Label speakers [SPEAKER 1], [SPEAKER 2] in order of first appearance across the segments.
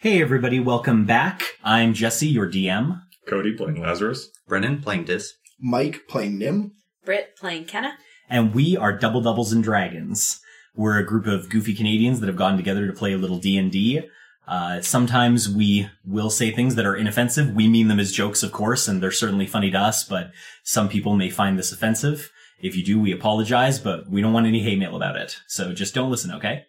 [SPEAKER 1] Hey everybody, welcome back. I'm Jesse, your DM.
[SPEAKER 2] Cody playing Lazarus.
[SPEAKER 3] Brennan playing Dis.
[SPEAKER 4] Mike playing Nim.
[SPEAKER 5] Britt playing Kenna.
[SPEAKER 1] and we are Double Doubles and Dragons. We're a group of goofy Canadians that have gotten together to play a little D and D. Uh, Sometimes we will say things that are inoffensive. We mean them as jokes, of course, and they're certainly funny to us. But some people may find this offensive. If you do, we apologize, but we don't want any hate mail about it. So just don't listen, okay?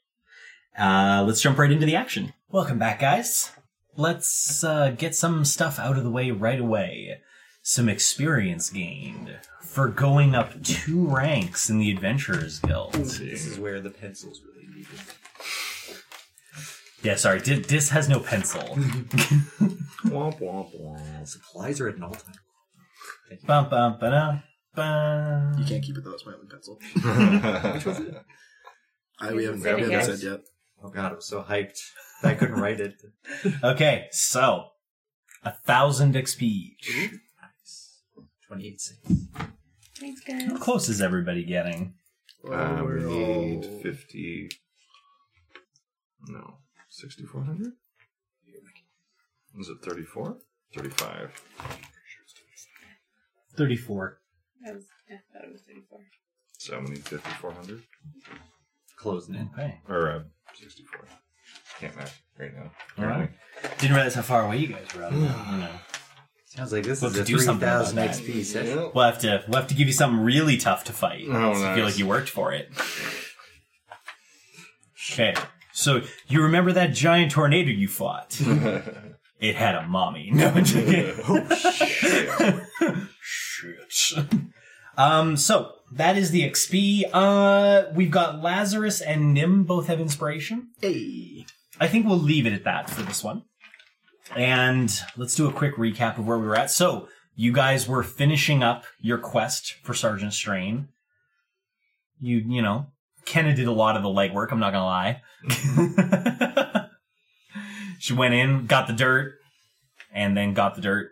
[SPEAKER 1] Uh, let's jump right into the action. Welcome back, guys. Let's uh, get some stuff out of the way right away some experience gained for going up two ranks in the Adventurers Guild.
[SPEAKER 3] This is where the pencils really needed.
[SPEAKER 1] Yeah, sorry, Di- Dis has no pencil.
[SPEAKER 2] Womp womp womp.
[SPEAKER 3] Supplies are at an all time.
[SPEAKER 1] bum, bum, ba-dum, bum.
[SPEAKER 4] You can't keep it though. It's my own pencil.
[SPEAKER 2] Which was it?
[SPEAKER 4] I, we haven't,
[SPEAKER 5] Yes,
[SPEAKER 4] we haven't
[SPEAKER 5] yes.
[SPEAKER 4] said yet.
[SPEAKER 3] Oh god, I was so hyped. that I couldn't write it.
[SPEAKER 1] Okay, so a thousand XP. each.
[SPEAKER 3] Nice. 28 6.
[SPEAKER 5] Thanks,
[SPEAKER 1] How
[SPEAKER 5] guys.
[SPEAKER 1] close is everybody getting?
[SPEAKER 6] Um,
[SPEAKER 2] Uh, we
[SPEAKER 4] Oh,
[SPEAKER 2] need 50. No. 6,400? Is it 34? 35.
[SPEAKER 1] 34.
[SPEAKER 5] That was, I thought it was 34.
[SPEAKER 2] So we need 5,400.
[SPEAKER 3] Closing in.
[SPEAKER 1] Okay.
[SPEAKER 2] Or uh, 64. Can't match right now.
[SPEAKER 1] All right. Didn't realize how far away you guys were. on that, you know.
[SPEAKER 3] Sounds like this
[SPEAKER 1] We'll
[SPEAKER 3] is
[SPEAKER 1] have
[SPEAKER 3] a
[SPEAKER 1] to do something about
[SPEAKER 3] 3000
[SPEAKER 1] that.
[SPEAKER 3] XP session.
[SPEAKER 1] We'll have to we'll have to give you something really tough to fight.
[SPEAKER 2] Oh,
[SPEAKER 1] so you feel
[SPEAKER 2] nice.
[SPEAKER 1] like you worked for it. Okay. So you remember that giant tornado you fought? it had a mommy. No, I'm joking. Shit. Um, so that is the XP. Uh we've got Lazarus and Nim both have inspiration.
[SPEAKER 4] Hey.
[SPEAKER 1] I think we'll leave it at that for this one. And let's do a quick recap of where we were at. So, you guys were finishing up your quest for Sergeant Strain. You, you know, Kenna did a lot of the legwork, I'm not gonna lie. she went in, got the dirt, and then got the dirt,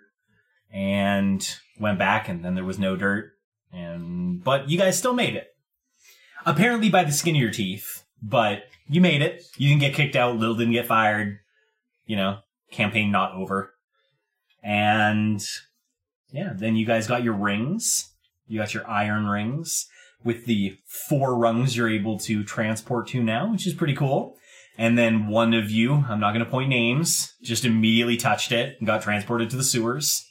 [SPEAKER 1] and went back, and then there was no dirt. And, but you guys still made it apparently by the skin of your teeth, but you made it. You didn't get kicked out. Lil didn't get fired. You know, campaign not over. And yeah, then you guys got your rings. You got your iron rings with the four rungs you're able to transport to now, which is pretty cool. And then one of you, I'm not going to point names, just immediately touched it and got transported to the sewers.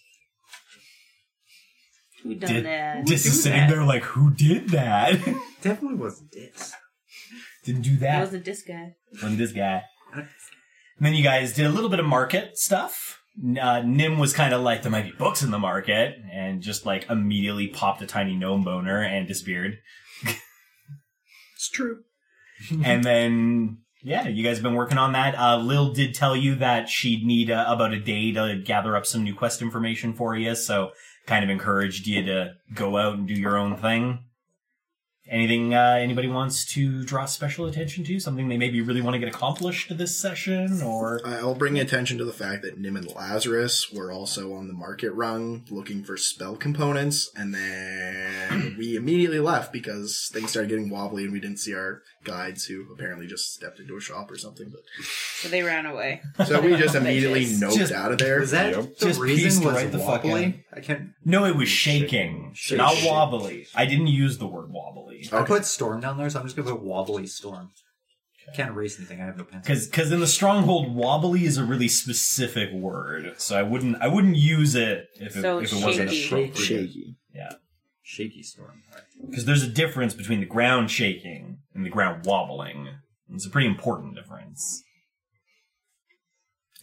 [SPEAKER 5] Who done
[SPEAKER 1] Did-
[SPEAKER 5] that?
[SPEAKER 1] Dis is
[SPEAKER 5] Who
[SPEAKER 1] sitting
[SPEAKER 5] that?
[SPEAKER 1] there like, who did that?
[SPEAKER 3] Definitely wasn't this.
[SPEAKER 1] Didn't do
[SPEAKER 5] It
[SPEAKER 1] that.
[SPEAKER 5] was a disc guy.
[SPEAKER 1] from this guy. And then you guys did a little bit of market stuff. Uh, Nim was kind of like, there might be books in the market, and just like immediately popped a tiny gnome boner and disappeared.
[SPEAKER 4] It's true.
[SPEAKER 1] and then, yeah, you guys have been working on that. Uh, Lil did tell you that she'd need uh, about a day to gather up some new quest information for you, so kind of encouraged you to go out and do your own thing. Anything uh, anybody wants to draw special attention to? Something they maybe really want to get accomplished this session, or
[SPEAKER 4] I'll bring attention to the fact that Nim and Lazarus were also on the market rung looking for spell components, and then we immediately left because things started getting wobbly and we didn't see our guides who apparently just stepped into a shop or something.
[SPEAKER 5] So they ran away.
[SPEAKER 4] But so we just immediately
[SPEAKER 5] Just-
[SPEAKER 4] noped
[SPEAKER 1] just-
[SPEAKER 4] out of there.
[SPEAKER 3] Was that
[SPEAKER 2] Yep.
[SPEAKER 3] the
[SPEAKER 1] Just pieced
[SPEAKER 3] reason was
[SPEAKER 1] right the fuck out.
[SPEAKER 3] wobbly? I can't.
[SPEAKER 1] No, it was shaking.
[SPEAKER 3] Shaking.
[SPEAKER 1] Not
[SPEAKER 3] Shaking.
[SPEAKER 1] wobbly. I didn't use the word wobbly.
[SPEAKER 3] I
[SPEAKER 4] Okay.
[SPEAKER 3] put storm down there, so I'm just gonna put wobbly storm. Can't erase anything. I have no pencil.
[SPEAKER 1] Cause, cause in the stronghold, wobbly is a really specific word, so I wouldn't, I wouldn't use it if it,
[SPEAKER 5] So
[SPEAKER 1] if it wasn't
[SPEAKER 5] shaky.
[SPEAKER 1] appropriate.
[SPEAKER 4] shaky.
[SPEAKER 1] Yeah,
[SPEAKER 3] Shaky storm. All right.
[SPEAKER 1] because there's a difference between the ground shaking and the ground wobbling. It's a pretty important difference.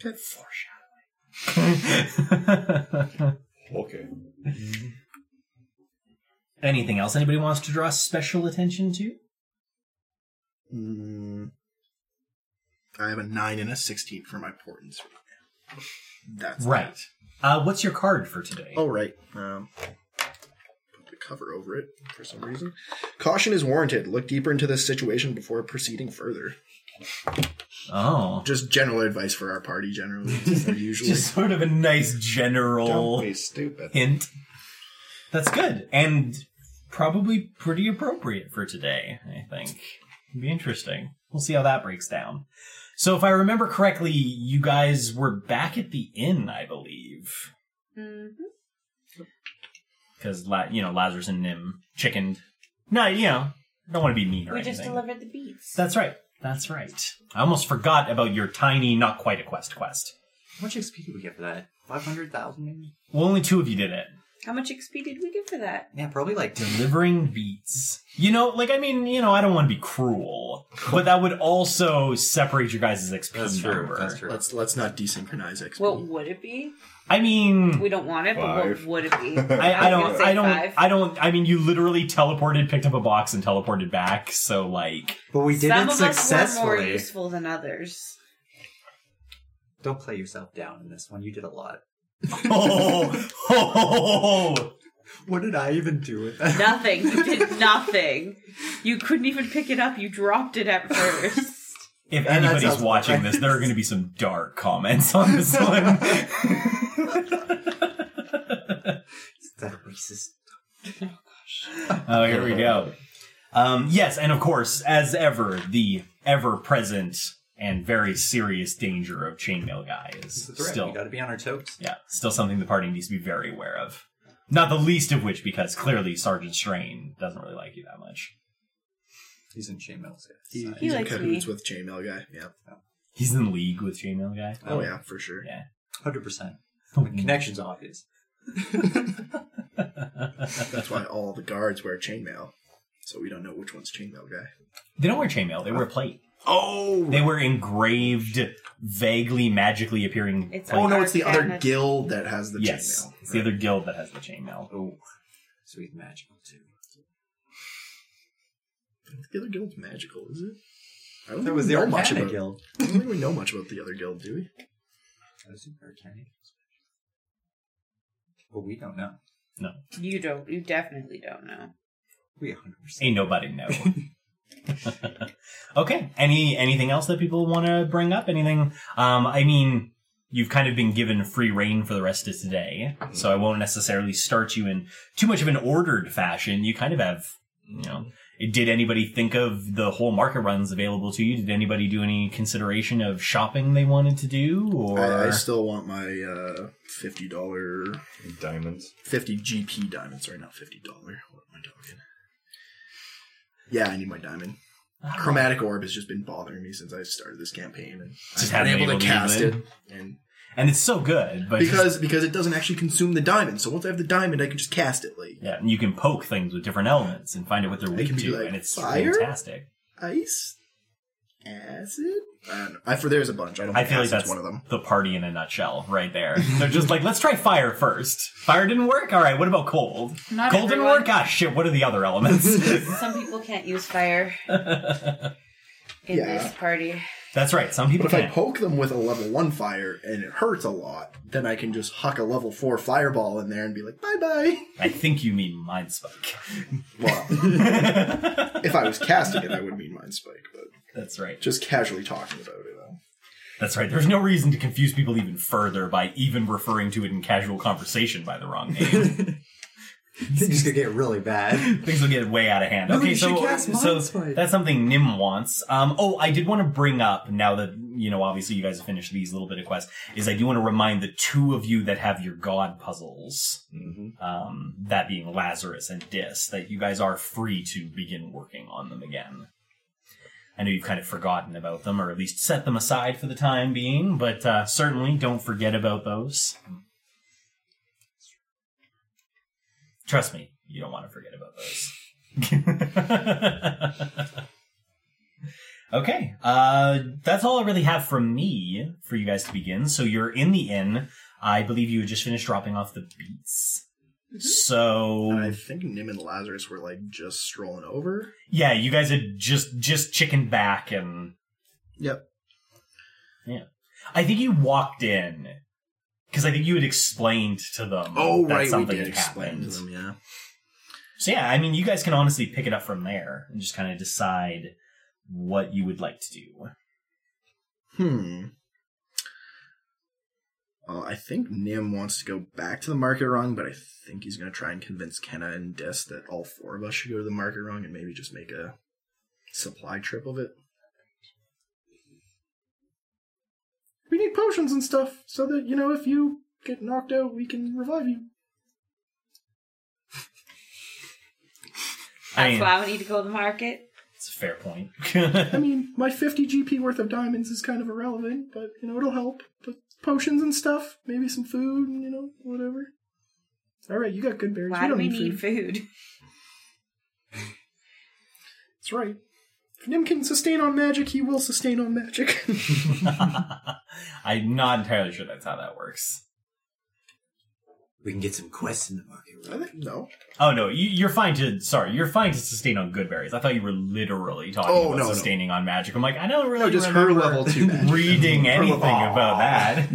[SPEAKER 4] Okay.
[SPEAKER 1] Foreshadowing.
[SPEAKER 2] Okay.
[SPEAKER 1] Anything else anybody wants to draw special attention to?
[SPEAKER 4] Mm, I have a 9 and a 16 for my port and speed. That's
[SPEAKER 1] Right. Uh, what's your card for today?
[SPEAKER 4] Oh, right. Um, put the cover over it for some reason. Caution is warranted. Look deeper into this situation before proceeding further.
[SPEAKER 1] Oh.
[SPEAKER 4] Just general advice for our party, generally. or usually.
[SPEAKER 1] Just sort of a nice general.
[SPEAKER 2] Don't be stupid.
[SPEAKER 1] hint. That's good and probably pretty appropriate for today, I think. It'd be interesting. We'll see how that breaks down. So if I remember correctly, you guys were back at the inn, I believe,
[SPEAKER 5] hmm
[SPEAKER 1] because La- you know Lazarus and Nim chickened. No, you know, don't want to be mean or
[SPEAKER 5] We
[SPEAKER 1] anything.
[SPEAKER 5] just delivered the beats.
[SPEAKER 1] That's right. That's right. I almost forgot about your tiny, not quite a quest quest.
[SPEAKER 3] How much XP did we get for that? 500,000 maybe?
[SPEAKER 1] Well, only two of you did it.
[SPEAKER 5] How much XP did we get for that?
[SPEAKER 3] Yeah, probably like.
[SPEAKER 1] Delivering beats. You know, like I mean, you know, I don't want to be cruel, but that would also separate your guys' XP
[SPEAKER 3] That's true.
[SPEAKER 1] number.
[SPEAKER 3] That's true.
[SPEAKER 4] Let's let's not desynchronize XP.
[SPEAKER 5] What would it be?
[SPEAKER 1] I mean,
[SPEAKER 5] We don't want it, but what
[SPEAKER 2] Five.
[SPEAKER 5] would it be?
[SPEAKER 1] I, I
[SPEAKER 5] I was
[SPEAKER 1] don't,
[SPEAKER 5] gonna say
[SPEAKER 1] I don't,
[SPEAKER 5] five.
[SPEAKER 1] I don't. I mean, you literally teleported, picked up a box, and teleported back. So, like,
[SPEAKER 3] But we did
[SPEAKER 5] Some
[SPEAKER 3] it
[SPEAKER 5] of us were more
[SPEAKER 3] successfully.
[SPEAKER 5] useful than others.
[SPEAKER 3] Don't play yourself down in this one. You did a lot.
[SPEAKER 1] oh, oh, oh, oh.
[SPEAKER 3] What did I even do with that?
[SPEAKER 5] Nothing. You did nothing. You couldn't even pick it up. You dropped it at first.
[SPEAKER 1] if
[SPEAKER 3] that
[SPEAKER 1] anybody's
[SPEAKER 3] sounds
[SPEAKER 1] watching
[SPEAKER 3] right.
[SPEAKER 1] this, there are going to be some dark comments on this one.
[SPEAKER 3] Is that racist?
[SPEAKER 1] Oh, here we go. Um, yes, and of course, as ever, the ever-present and very serious danger of chainmail guy
[SPEAKER 3] It's
[SPEAKER 1] is
[SPEAKER 3] a threat.
[SPEAKER 1] still,
[SPEAKER 3] We gotta be on our toes.
[SPEAKER 1] yeah, still something the party needs to be very aware of. Not the least of which, because clearly Sergeant Strain doesn't really like you that much.
[SPEAKER 3] He's in chainmail. so it's uh,
[SPEAKER 4] He,
[SPEAKER 3] fine.
[SPEAKER 4] he's in
[SPEAKER 5] likes me.
[SPEAKER 4] cahoots with chainmail guy. Yeah.
[SPEAKER 1] He's in league with chainmail guy.
[SPEAKER 4] Oh yeah, for sure.
[SPEAKER 1] Yeah.
[SPEAKER 3] 100%. The connection's obvious.
[SPEAKER 4] That's why all the guards wear chainmail, so we don't know which one's chainmail guy.
[SPEAKER 1] They don't wear chainmail; they wear plate.
[SPEAKER 4] Oh.
[SPEAKER 1] They wear engraved, vaguely magically appearing.
[SPEAKER 5] It's
[SPEAKER 1] plate.
[SPEAKER 4] oh no, it's the other
[SPEAKER 5] Arcana.
[SPEAKER 4] guild that has the
[SPEAKER 1] yes,
[SPEAKER 4] chainmail.
[SPEAKER 1] it's the other guild that has the chainmail.
[SPEAKER 3] Oh, sweet magical too.
[SPEAKER 4] The other guild's magical, is it? I don't
[SPEAKER 3] That
[SPEAKER 4] think
[SPEAKER 3] was
[SPEAKER 4] we
[SPEAKER 3] the
[SPEAKER 4] know much
[SPEAKER 3] Arcana
[SPEAKER 4] about.
[SPEAKER 3] Guild.
[SPEAKER 4] I don't think we know much about the other guild, do we?
[SPEAKER 3] That was the Arcana Guild. Well, we don't know.
[SPEAKER 5] You don't. You definitely don't know.
[SPEAKER 3] We 100%.
[SPEAKER 1] Ain't nobody know. okay. Any anything else that people want to bring up? Anything? Um, I mean, you've kind of been given free reign for the rest of today, so I won't necessarily start you in too much of an ordered fashion. You kind of have, you know. Did anybody think of the whole market runs available to you? Did anybody do any consideration of shopping they wanted to do, or
[SPEAKER 4] I, I still want my uh, fifty dollar,
[SPEAKER 2] Diamonds.
[SPEAKER 4] fifty GP diamond. Sorry, not fifty dollar. What am I talking? Yeah, I need my diamond. Chromatic orb has just been bothering me since I started this campaign, and
[SPEAKER 1] Just
[SPEAKER 4] I've
[SPEAKER 1] haven't
[SPEAKER 4] been
[SPEAKER 1] been
[SPEAKER 4] able to
[SPEAKER 1] able to
[SPEAKER 4] cast
[SPEAKER 1] use it.
[SPEAKER 4] it. And
[SPEAKER 1] and it's so good, but it's just-
[SPEAKER 4] because because it doesn't actually consume the diamond, so once I have the diamond, I can just cast it like
[SPEAKER 1] Yeah, and you can poke things with different elements and find out what they're
[SPEAKER 4] They
[SPEAKER 1] weak
[SPEAKER 4] can be
[SPEAKER 1] to,
[SPEAKER 4] like
[SPEAKER 1] and it's
[SPEAKER 4] fire?
[SPEAKER 1] fantastic.
[SPEAKER 4] ice, acid. I don't know. I, for there's a bunch. I don't.
[SPEAKER 1] I
[SPEAKER 4] think
[SPEAKER 1] feel like
[SPEAKER 4] acid's
[SPEAKER 1] that's
[SPEAKER 4] one of them.
[SPEAKER 1] The party in a nutshell, right there. They're just like, let's try fire first. Fire didn't work. All right, what about cold?
[SPEAKER 5] Not
[SPEAKER 1] cold didn't
[SPEAKER 5] everyone.
[SPEAKER 1] work. Ah, shit. What are the other elements?
[SPEAKER 5] Some people can't use fire in
[SPEAKER 4] Yeah.
[SPEAKER 5] this party.
[SPEAKER 1] That's right. Some people
[SPEAKER 4] But if I
[SPEAKER 1] can't.
[SPEAKER 4] poke them with a level one fire and it hurts a lot, then I can just huck a level four fireball in there and be like, bye bye.
[SPEAKER 1] I think you mean mind spike.
[SPEAKER 4] Well, if I was casting it, I would mean mind spike, but
[SPEAKER 1] That's right.
[SPEAKER 4] just casually talking about it. uh,
[SPEAKER 1] That's right. There's no reason to confuse people even further by even referring to it in casual conversation by the wrong name.
[SPEAKER 3] Things just gonna get really bad.
[SPEAKER 1] Things will get way out of hand.
[SPEAKER 3] No,
[SPEAKER 1] okay,
[SPEAKER 3] you
[SPEAKER 1] so,
[SPEAKER 3] should cast
[SPEAKER 1] so
[SPEAKER 3] Mind Spike.
[SPEAKER 1] that's something Nim wants. Um, oh, I did want to bring up now that you know, obviously, you guys have finished these little bit of quests. Is I do want to remind the two of you that have your god puzzles,
[SPEAKER 2] Mm-hmm.
[SPEAKER 1] um, that being Lazarus and Dis, that you guys are free to begin working on them again. I know you've kind of forgotten about them, or at least set them aside for the time being, but uh, certainly don't forget about those. Trust me, you don't want to forget about those. okay, uh, that's all I really have from me for you guys to begin. So you're in the inn. I believe you had just finished dropping off the beats.
[SPEAKER 4] Mm-hmm.
[SPEAKER 1] So
[SPEAKER 4] And I think Nim and Lazarus were like just strolling over.
[SPEAKER 1] yeah, you guys had just just chicken back, and
[SPEAKER 4] Yep.
[SPEAKER 1] I think you walked in because I think you had explained to them.
[SPEAKER 4] Oh,
[SPEAKER 1] that
[SPEAKER 4] right. We
[SPEAKER 1] something
[SPEAKER 4] did
[SPEAKER 1] had
[SPEAKER 4] explain to
[SPEAKER 1] happened.
[SPEAKER 4] them, yeah.
[SPEAKER 1] So yeah, I mean, you guys can honestly pick it up from there and just kind of decide what you would like to do.
[SPEAKER 4] Hmm. Well, I think Nim wants to go back to the market rung, but I think he's going to try and convince Kenna and Des that all four of us should go to the market rung and maybe just make a supply trip of it. We need potions and stuff so that, you know, if you get knocked out, we can revive you.
[SPEAKER 1] I
[SPEAKER 5] That's
[SPEAKER 1] mean,
[SPEAKER 5] why we need to go to the market.
[SPEAKER 1] it's a fair point.
[SPEAKER 4] I mean, my 50 GP worth of diamonds is kind of irrelevant, but, you know, it'll help. But potions and stuff, maybe some food, and, you know, whatever. All right, you got good berries.
[SPEAKER 5] Why
[SPEAKER 4] you
[SPEAKER 5] do
[SPEAKER 4] don't
[SPEAKER 5] we
[SPEAKER 4] need
[SPEAKER 5] need
[SPEAKER 4] food.
[SPEAKER 5] food?
[SPEAKER 4] That's right. If Nim can sustain on magic, he will sustain on magic.
[SPEAKER 1] I'm not entirely sure that's how that works.
[SPEAKER 3] We can get some quests in the market.
[SPEAKER 4] I
[SPEAKER 3] Right?
[SPEAKER 4] think- no.
[SPEAKER 1] Oh no, you, you're fine to sorry, you're fine to sustain on good berries. I thought you were literally talking
[SPEAKER 4] Oh,
[SPEAKER 1] about
[SPEAKER 4] no, no.
[SPEAKER 1] sustaining on magic. I'm like, I don't really
[SPEAKER 3] Oh,
[SPEAKER 4] No, just her
[SPEAKER 1] remember
[SPEAKER 4] level two magic.
[SPEAKER 1] reading anything
[SPEAKER 3] level-
[SPEAKER 1] about that.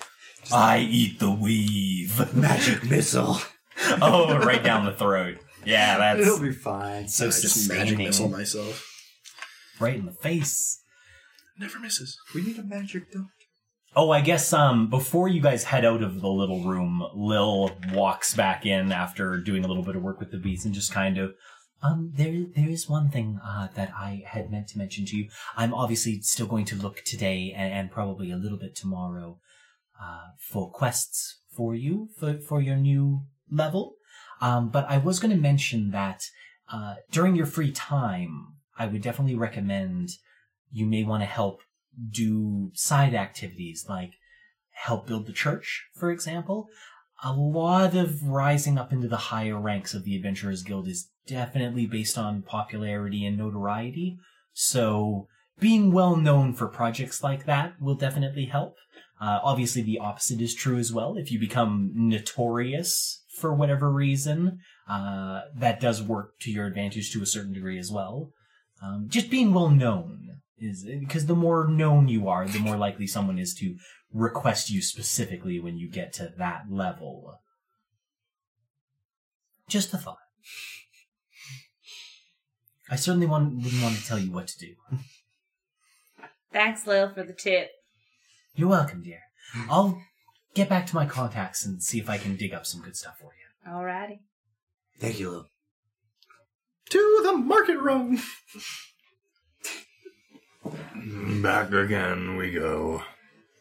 [SPEAKER 1] I eat the weave.
[SPEAKER 3] Magic missile.
[SPEAKER 1] oh, right down the throat. Yeah,
[SPEAKER 3] It'll
[SPEAKER 1] that's
[SPEAKER 3] be fine.
[SPEAKER 1] so
[SPEAKER 4] I just magic missile
[SPEAKER 1] sustaining.
[SPEAKER 4] myself.
[SPEAKER 1] Right in the face.
[SPEAKER 4] Never misses.
[SPEAKER 3] We need a magic dog.
[SPEAKER 1] Oh, I guess um before you guys head out of the little room, Lil walks back in after doing a little bit of work with the beats and just kind of um there there is one thing uh, that I had meant to mention to you. I'm obviously still going to look today and, and probably a little bit tomorrow uh, for quests for you for for your new level. Um, but I was going to mention that uh, during your free time, I would definitely recommend you may want to help do side activities like help build the church, for example. A lot of rising up into the higher ranks of the Adventurers Guild is definitely based on popularity and notoriety. So being well known for projects like that will definitely help. Uh, obviously, the opposite is true as well. If you become notorious for whatever reason, uh, that does work to your advantage to a certain degree as well. Um, just being well known is because the more known you are, the more likely someone is to request you specifically when you get to that level. Just a thought. I certainly want, wouldn't want to tell you what to do.
[SPEAKER 5] Thanks, Lil, for the tip.
[SPEAKER 1] You're welcome, dear. I'll get back to my contacts and see if I can dig up some good stuff for you.
[SPEAKER 5] Alrighty.
[SPEAKER 3] Thank you, Lil.
[SPEAKER 4] To the market rung!
[SPEAKER 2] Back again we go.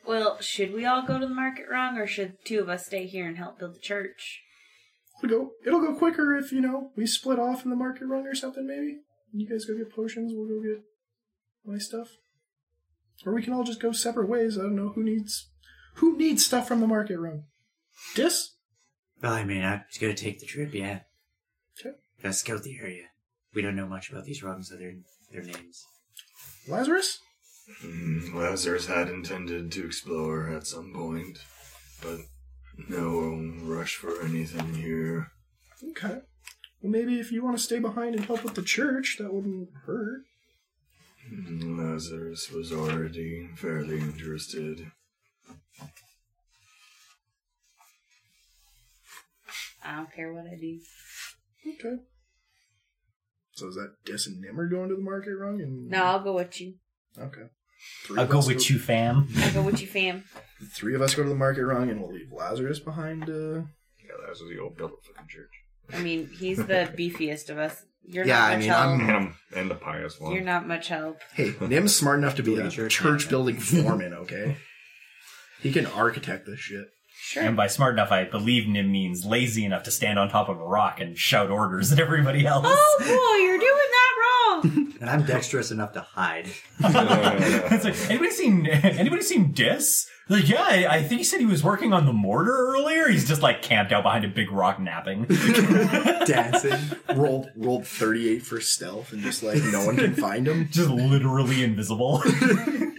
[SPEAKER 5] Well, should we all go to the market rung, or should two of us stay here and help build the church?
[SPEAKER 4] It'll go, it'll go quicker if, you know, we split off in the market rung or something, maybe. You guys go get potions, we'll go get my stuff. Or we can all just go separate ways. I don't know who needs who needs stuff from the market rung. Dis?
[SPEAKER 3] Well, I mean, I'm just gonna take the trip. Yeah.
[SPEAKER 4] Sure.
[SPEAKER 3] Gotta scout the area. We don't know much about these runs other than their names.
[SPEAKER 4] Lazarus?
[SPEAKER 2] Mm, Lazarus had intended to explore at some point, but no rush for anything here.
[SPEAKER 4] Okay. Well maybe if you want to stay behind and help with the church, that wouldn't hurt.
[SPEAKER 2] Mm, Lazarus was already fairly interested.
[SPEAKER 5] I don't care what I do.
[SPEAKER 4] Okay. So is that Dis and Nim are going to the market rung and
[SPEAKER 5] No, I'll go with you.
[SPEAKER 4] Okay. Three
[SPEAKER 1] I'll
[SPEAKER 4] of
[SPEAKER 1] go
[SPEAKER 4] us
[SPEAKER 1] with you, fam.
[SPEAKER 5] I'll go with you, fam.
[SPEAKER 4] The three of us go to the market rung, and we'll leave Lazarus behind. Uh,
[SPEAKER 2] Yeah, Lazarus, you old built a fucking church.
[SPEAKER 5] I mean, he's the beefiest of us. You're
[SPEAKER 4] Yeah,
[SPEAKER 5] not
[SPEAKER 4] I
[SPEAKER 5] much
[SPEAKER 4] mean,
[SPEAKER 5] help.
[SPEAKER 4] I'm-
[SPEAKER 2] And, and the pious one.
[SPEAKER 5] You're not much help.
[SPEAKER 4] hey, Nim's smart enough to be
[SPEAKER 3] Building
[SPEAKER 4] a
[SPEAKER 3] a church.
[SPEAKER 4] church, building foreman. Okay, he can architect this shit.
[SPEAKER 1] And
[SPEAKER 5] Sure.
[SPEAKER 1] by smart enough, I believe Nim means lazy enough to stand on top of a rock and shout orders at everybody else.
[SPEAKER 5] Oh boy, you're doing that wrong.
[SPEAKER 3] And I'm dexterous enough to hide.
[SPEAKER 1] it's like, anybody seen anybody seen Dis? Like, yeah, I, I think he said he was working on the mortar earlier. He's just like camped out behind a big rock napping.
[SPEAKER 3] Dancing.
[SPEAKER 4] Rolled rolled thirty eight for stealth, and just like no one can find him.
[SPEAKER 1] just literally invisible.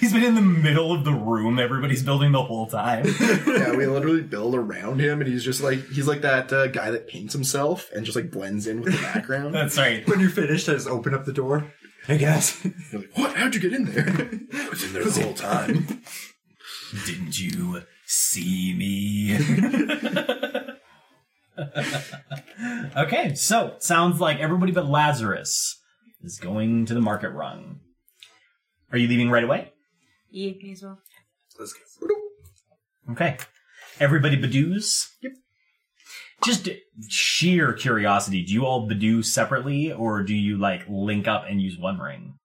[SPEAKER 1] He's been in the middle of the room everybody's building the whole time.
[SPEAKER 4] Yeah, we literally build around him, and he's just like he's like that uh, guy that paints himself and just like blends in with the background.
[SPEAKER 1] That's right.
[SPEAKER 3] When you're finished, I just open up the door. Hey guys.
[SPEAKER 4] You're like, what? How'd you get in there? I was in there the whole time.
[SPEAKER 1] Didn't you see me? okay, so sounds like everybody but Lazarus is going to the market run. Are you leaving right away?
[SPEAKER 5] Yeah, may as well.
[SPEAKER 3] Let's go.
[SPEAKER 1] Okay. Everybody Badoo's? Yep. Just sheer curiosity, do you all Badoo separately or do you like link up and use one ring?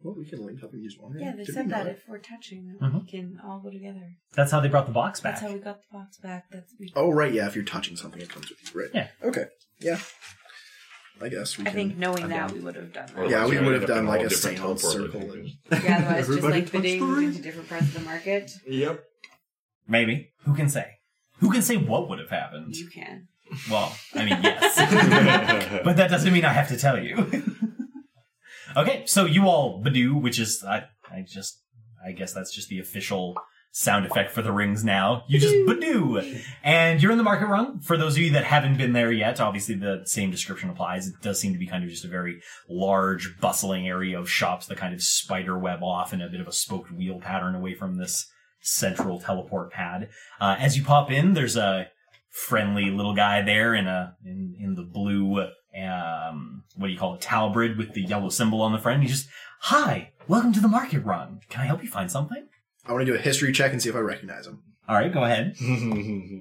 [SPEAKER 4] Well, we can link up and use one.
[SPEAKER 5] Yeah, they
[SPEAKER 4] Did we
[SPEAKER 5] said that
[SPEAKER 4] not?
[SPEAKER 5] if we're touching, that
[SPEAKER 4] Uh-huh.
[SPEAKER 5] we
[SPEAKER 1] Mhm.
[SPEAKER 5] can all go together.
[SPEAKER 1] That's how they brought the box back.
[SPEAKER 5] That's how we got the box back. That's we,
[SPEAKER 4] Oh right, yeah. If you're touching something, it comes with you, right?
[SPEAKER 1] Yeah.
[SPEAKER 4] Okay. Yeah. I guess we
[SPEAKER 5] I
[SPEAKER 4] can.
[SPEAKER 5] think knowing
[SPEAKER 4] I'm
[SPEAKER 5] that
[SPEAKER 4] down.
[SPEAKER 5] we would have done that.
[SPEAKER 4] Yeah,
[SPEAKER 6] Otherwise,
[SPEAKER 4] we would
[SPEAKER 6] end
[SPEAKER 4] have
[SPEAKER 6] up
[SPEAKER 4] done,
[SPEAKER 6] in
[SPEAKER 4] like,
[SPEAKER 6] all
[SPEAKER 4] a
[SPEAKER 6] different
[SPEAKER 4] seance
[SPEAKER 6] teleporting
[SPEAKER 4] circle
[SPEAKER 6] things.
[SPEAKER 4] and-
[SPEAKER 5] Yeah, otherwise just
[SPEAKER 4] Everybody
[SPEAKER 5] like
[SPEAKER 4] touched the
[SPEAKER 5] bidding
[SPEAKER 4] ring?
[SPEAKER 5] into different parts of the market.
[SPEAKER 2] Yep.
[SPEAKER 1] Maybe. Who can say? Who can say what would have happened?
[SPEAKER 5] You can.
[SPEAKER 1] Well, I mean, yes. but that doesn't mean I have to tell you. okay, so you all Badoo, which is I, I just I guess that's just the official sound effect for the rings now. You just Badoo, and you're in the market rung. For those of you that haven't been there yet, obviously the same description applies. It does seem to be kind of just a very large, bustling area of shops, the kind of spider web off and a bit of a spoked wheel pattern away from this central teleport pad. Uh, as you pop in, there's a friendly little guy there in a in in the blue um what do you call it talbrid with the yellow symbol on the front. He's just hi, welcome to the market run. Can I help you find something?
[SPEAKER 4] I want to do a history check and see if I recognize him.
[SPEAKER 1] All right, go ahead.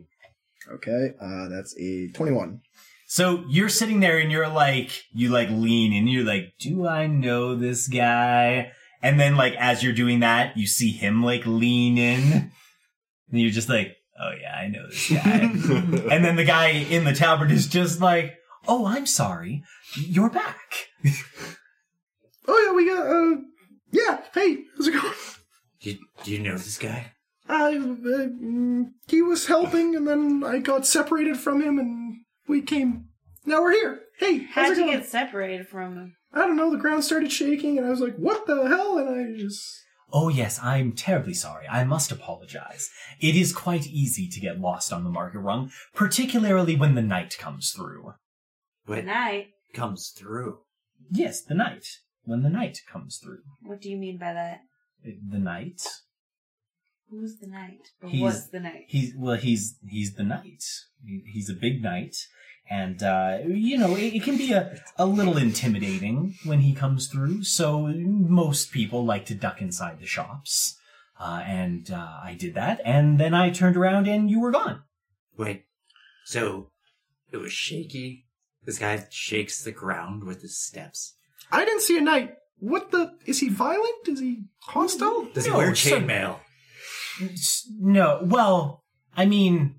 [SPEAKER 4] Okay, uh, that's a twenty-one.
[SPEAKER 1] So you're sitting there and you're like you like lean and you're like, do I know this guy? And then like as you're doing that, you see him like lean in, and you're just like, oh yeah, I know this guy. and then the guy in the talbrid is just like, oh, I'm sorry, you're back.
[SPEAKER 4] Oh yeah, we got. Uh, yeah. Hey, how's it going?
[SPEAKER 3] Do you, do you know this guy?
[SPEAKER 4] I, uh, mm, he was helping, and then I got separated from him, and we came. Now we're here. Hey, how's
[SPEAKER 5] Had
[SPEAKER 4] it
[SPEAKER 5] to
[SPEAKER 4] going?
[SPEAKER 5] get separated from him.
[SPEAKER 4] I don't know. The ground started shaking, and I was like, "What the hell?" And I just.
[SPEAKER 1] Oh, yes, I'm terribly sorry. I must apologize. It is quite easy to get lost on the market rung, particularly when the night comes through.
[SPEAKER 3] What
[SPEAKER 5] Tonight.
[SPEAKER 3] comes through?
[SPEAKER 1] Yes, the night. When the night comes through. Uh,
[SPEAKER 5] What do you mean by that?
[SPEAKER 1] The night?
[SPEAKER 5] Who's the knight? Or
[SPEAKER 1] He's-
[SPEAKER 5] what's the knight?
[SPEAKER 1] He's, well, he's, he's the knight. He- He's a big knight. And, uh, you know, it, it can be a, a little intimidating when he comes through, so most people like to duck inside the shops. Uh, and, uh, I did that, and then I turned around and you were gone.
[SPEAKER 3] Wait. So it was shaky. This guy shakes the ground with his steps.
[SPEAKER 4] I didn't see a knight. What the? Is he violent? Is he hostile?
[SPEAKER 3] Does he
[SPEAKER 1] No,
[SPEAKER 3] wear
[SPEAKER 1] sir.
[SPEAKER 3] chainmail?
[SPEAKER 1] S- No, well, I mean,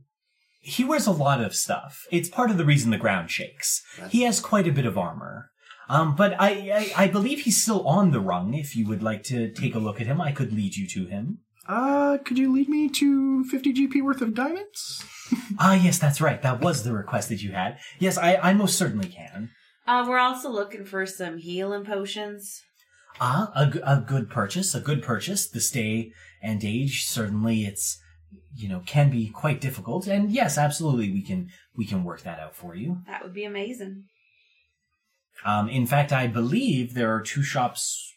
[SPEAKER 1] he wears a lot of stuff. It's part of the reason the ground shakes. He has quite a bit of armor. Um, but I, I, I believe he's still on the rung. If you would like to take a look at him, I could lead you to him.
[SPEAKER 4] Uh, could you lead me to 50 GP worth of diamonds?
[SPEAKER 1] Ah, yes, that's right. That was the request that you had. Yes, I, I most certainly can.
[SPEAKER 5] Uh, we're also looking for some healing potions.
[SPEAKER 1] Ah, a, g- a good purchase, a good purchase. This day and age, certainly it's, you know, can be quite difficult. And yes, absolutely, we can, we can work that out for you.
[SPEAKER 5] That would be amazing.
[SPEAKER 1] Um, in fact, I believe there are two shops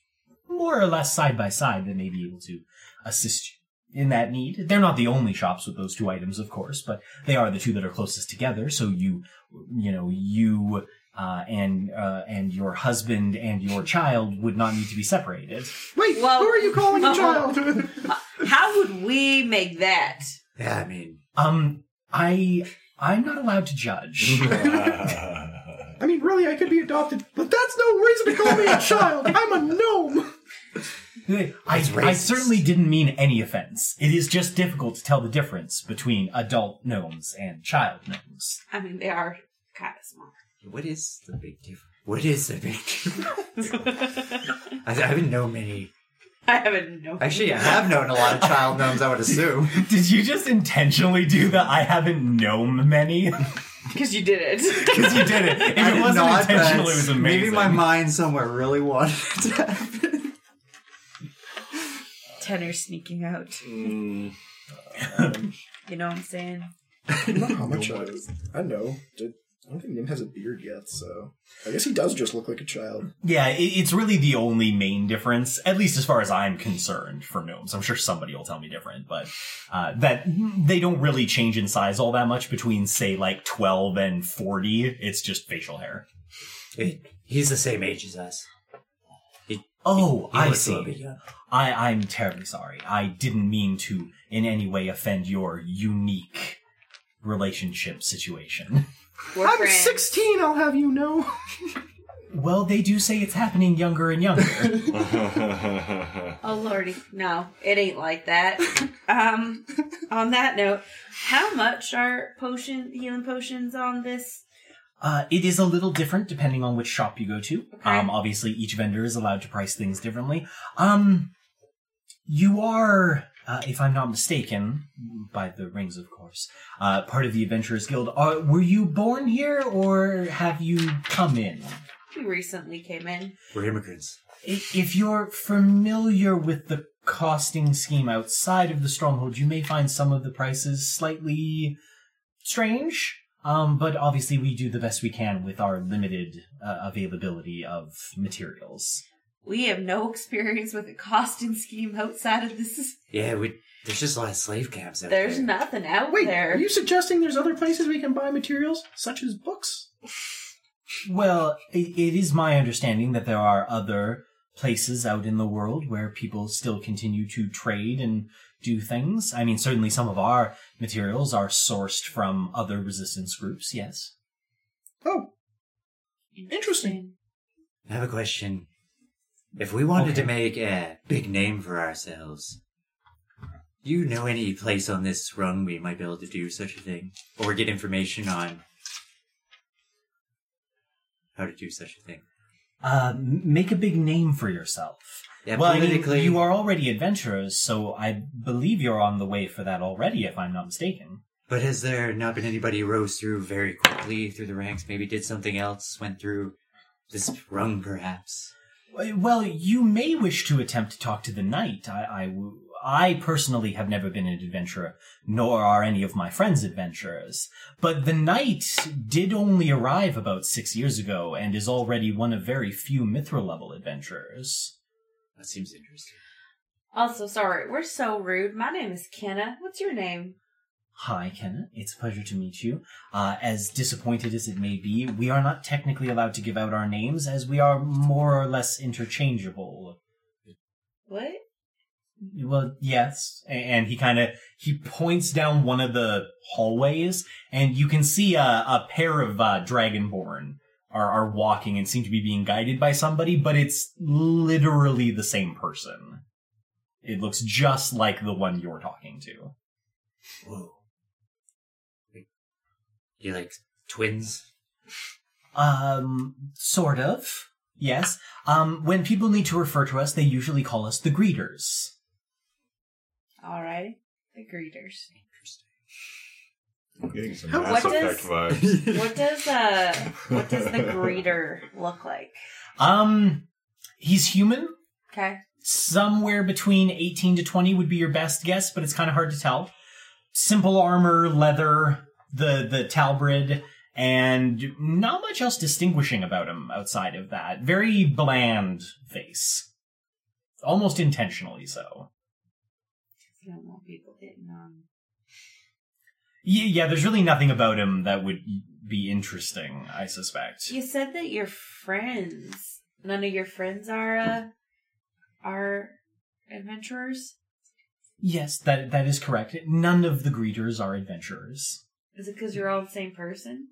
[SPEAKER 1] more or less side by side that may be able to assist you in that need. They're not the only shops with those two items, of course, but they are the two that are closest together. So you, you know, you uh, and uh, and your husband and your child would not need to be separated.
[SPEAKER 4] Wait,
[SPEAKER 5] Well-
[SPEAKER 4] who are you calling a
[SPEAKER 5] Well-
[SPEAKER 4] child?
[SPEAKER 5] How would we make that?
[SPEAKER 3] Yeah, I mean,
[SPEAKER 1] Um, I I'm not allowed to judge.
[SPEAKER 4] I mean, really, I could be adopted, but that's no reason to call me a child. I'm a gnome.
[SPEAKER 1] I, I
[SPEAKER 3] racist.
[SPEAKER 1] certainly didn't mean any offense. It is just difficult to tell the difference between adult gnomes and child gnomes.
[SPEAKER 5] I mean, they are kind of small.
[SPEAKER 3] what is the big difference? What is the big difference? I, I haven't known many.
[SPEAKER 5] I haven't no.
[SPEAKER 3] Actually, I have known a lot of child gnomes, I would assume.
[SPEAKER 1] Did you just intentionally do the I haven't known many?
[SPEAKER 5] because you did it.
[SPEAKER 1] Because you did it. If
[SPEAKER 3] I
[SPEAKER 1] it
[SPEAKER 3] did
[SPEAKER 1] wasn't
[SPEAKER 3] not,
[SPEAKER 1] intentional,
[SPEAKER 3] but
[SPEAKER 1] it was amazing.
[SPEAKER 3] Maybe my mind somewhere really wanted it to happen.
[SPEAKER 5] Tenor sneaking out.
[SPEAKER 2] Mm,
[SPEAKER 5] You know what I'm saying?
[SPEAKER 4] I don't know how much I, I know. Dude, I don't think Nim has a beard yet, so I guess he does just look like a child.
[SPEAKER 1] yeah, it, it's really the only main difference, at least as far as I'm concerned, for gnomes. I'm sure somebody will tell me different, but uh, that they don't really change in size all that much between, say, like 12 and 40. It's just facial hair.
[SPEAKER 3] He- He's the same age as us.
[SPEAKER 1] Oh,
[SPEAKER 3] He
[SPEAKER 1] I
[SPEAKER 3] looks a little bit
[SPEAKER 1] see.
[SPEAKER 3] young.
[SPEAKER 1] I, I'm terribly sorry. I didn't mean to in any way offend your unique relationship situation.
[SPEAKER 5] We're
[SPEAKER 4] I'm
[SPEAKER 5] friends.
[SPEAKER 4] 16, I'll have you know.
[SPEAKER 1] Well, they do say it's happening younger and younger.
[SPEAKER 5] Oh lordy, no, it ain't like that. um, on that note, how much are potion healing potions on this?
[SPEAKER 1] uh, it is a little different depending on which shop you go to.
[SPEAKER 5] Okay.
[SPEAKER 1] Um, obviously, each vendor is allowed to price things differently. Um, you are, uh, if I'm not mistaken, by the rings, of course, uh, part of the Adventurers Guild. Are, were you born here or have you come in?
[SPEAKER 5] We recently came in.
[SPEAKER 3] We're immigrants.
[SPEAKER 1] I- If you're familiar with the costing scheme outside of the stronghold, you may find some of the prices slightly strange. Um, but obviously, we do the best we can with our limited uh, availability of materials.
[SPEAKER 5] We have no experience with a costing scheme outside of this.
[SPEAKER 3] Yeah, we, there's just a lot of slave camps out
[SPEAKER 5] There's
[SPEAKER 3] there.
[SPEAKER 5] nothing out
[SPEAKER 4] Wait,
[SPEAKER 5] there.
[SPEAKER 4] are you suggesting there's other places we can buy materials, such as books?
[SPEAKER 1] Well, it, it is my understanding that there are other places out in the world where people still continue to trade and do things. I mean, certainly some of our materials are sourced from other resistance groups, yes.
[SPEAKER 4] Oh, Interesting.
[SPEAKER 3] I have a question. If we wanted
[SPEAKER 1] Okay.
[SPEAKER 3] to make a big name for ourselves, do you know any place on this run we might be able to do such a thing? Or get information on how to do such a thing?
[SPEAKER 1] Uh, m- make a big name for yourself.
[SPEAKER 3] Yeah,
[SPEAKER 1] well, I
[SPEAKER 3] politically-
[SPEAKER 1] mean, you are already adventurers, so I believe you're on the way for that already, if I'm not mistaken.
[SPEAKER 3] But has there not been anybody who rose through very quickly through the ranks, maybe did something else, went through this rung perhaps?
[SPEAKER 1] Uh, Well, you may wish to attempt to talk to the knight. I, I w- I personally have never been an adventurer, nor are any of my friends adventurers. But the knight did only arrive about six years ago and is already one of very few Mithril level adventurers.
[SPEAKER 3] That seems interesting.
[SPEAKER 5] Also, sorry, we're so rude. My name is Kenna. What's your name?
[SPEAKER 1] Hi, Kenna. It's a pleasure to meet you. Uh, as disappointed as it may be, we are not technically allowed to give out our names as we are more or less interchangeable.
[SPEAKER 5] What?
[SPEAKER 1] Well, yes. A- And he kind of he points down one of the hallways, and you can see a, a pair of uh, dragonborn are are walking and seem to be being guided by somebody, but it's literally the same person. It looks just like the one you're talking to.
[SPEAKER 3] Whoa. Wait. You're like twins?
[SPEAKER 1] Um, sort of. Yes. Um, when people need to refer to us, they usually call us the greeters.
[SPEAKER 5] All right, the greeters.
[SPEAKER 2] Getting some
[SPEAKER 4] How-
[SPEAKER 2] Mass
[SPEAKER 5] what does-
[SPEAKER 2] Effect vibes.
[SPEAKER 5] What does uh, what does the greeter look like?
[SPEAKER 1] Um, he's human.
[SPEAKER 5] Okay,
[SPEAKER 1] Somewhere between 18 to 20 would be your best guess, but it's kind of hard to tell. Simple armor, leather, the, the talbrid, and not much else distinguishing about him outside of that. Very bland face. Almost intentionally so.
[SPEAKER 5] I don't want people getting on.
[SPEAKER 1] Yeah, yeah, there's really nothing about him that would be interesting, I suspect.
[SPEAKER 5] You said that your friends, none of your friends are uh, are adventurers.
[SPEAKER 1] Yes, that that is correct. None of the greeters are adventurers.
[SPEAKER 5] Is it because you're all the same person?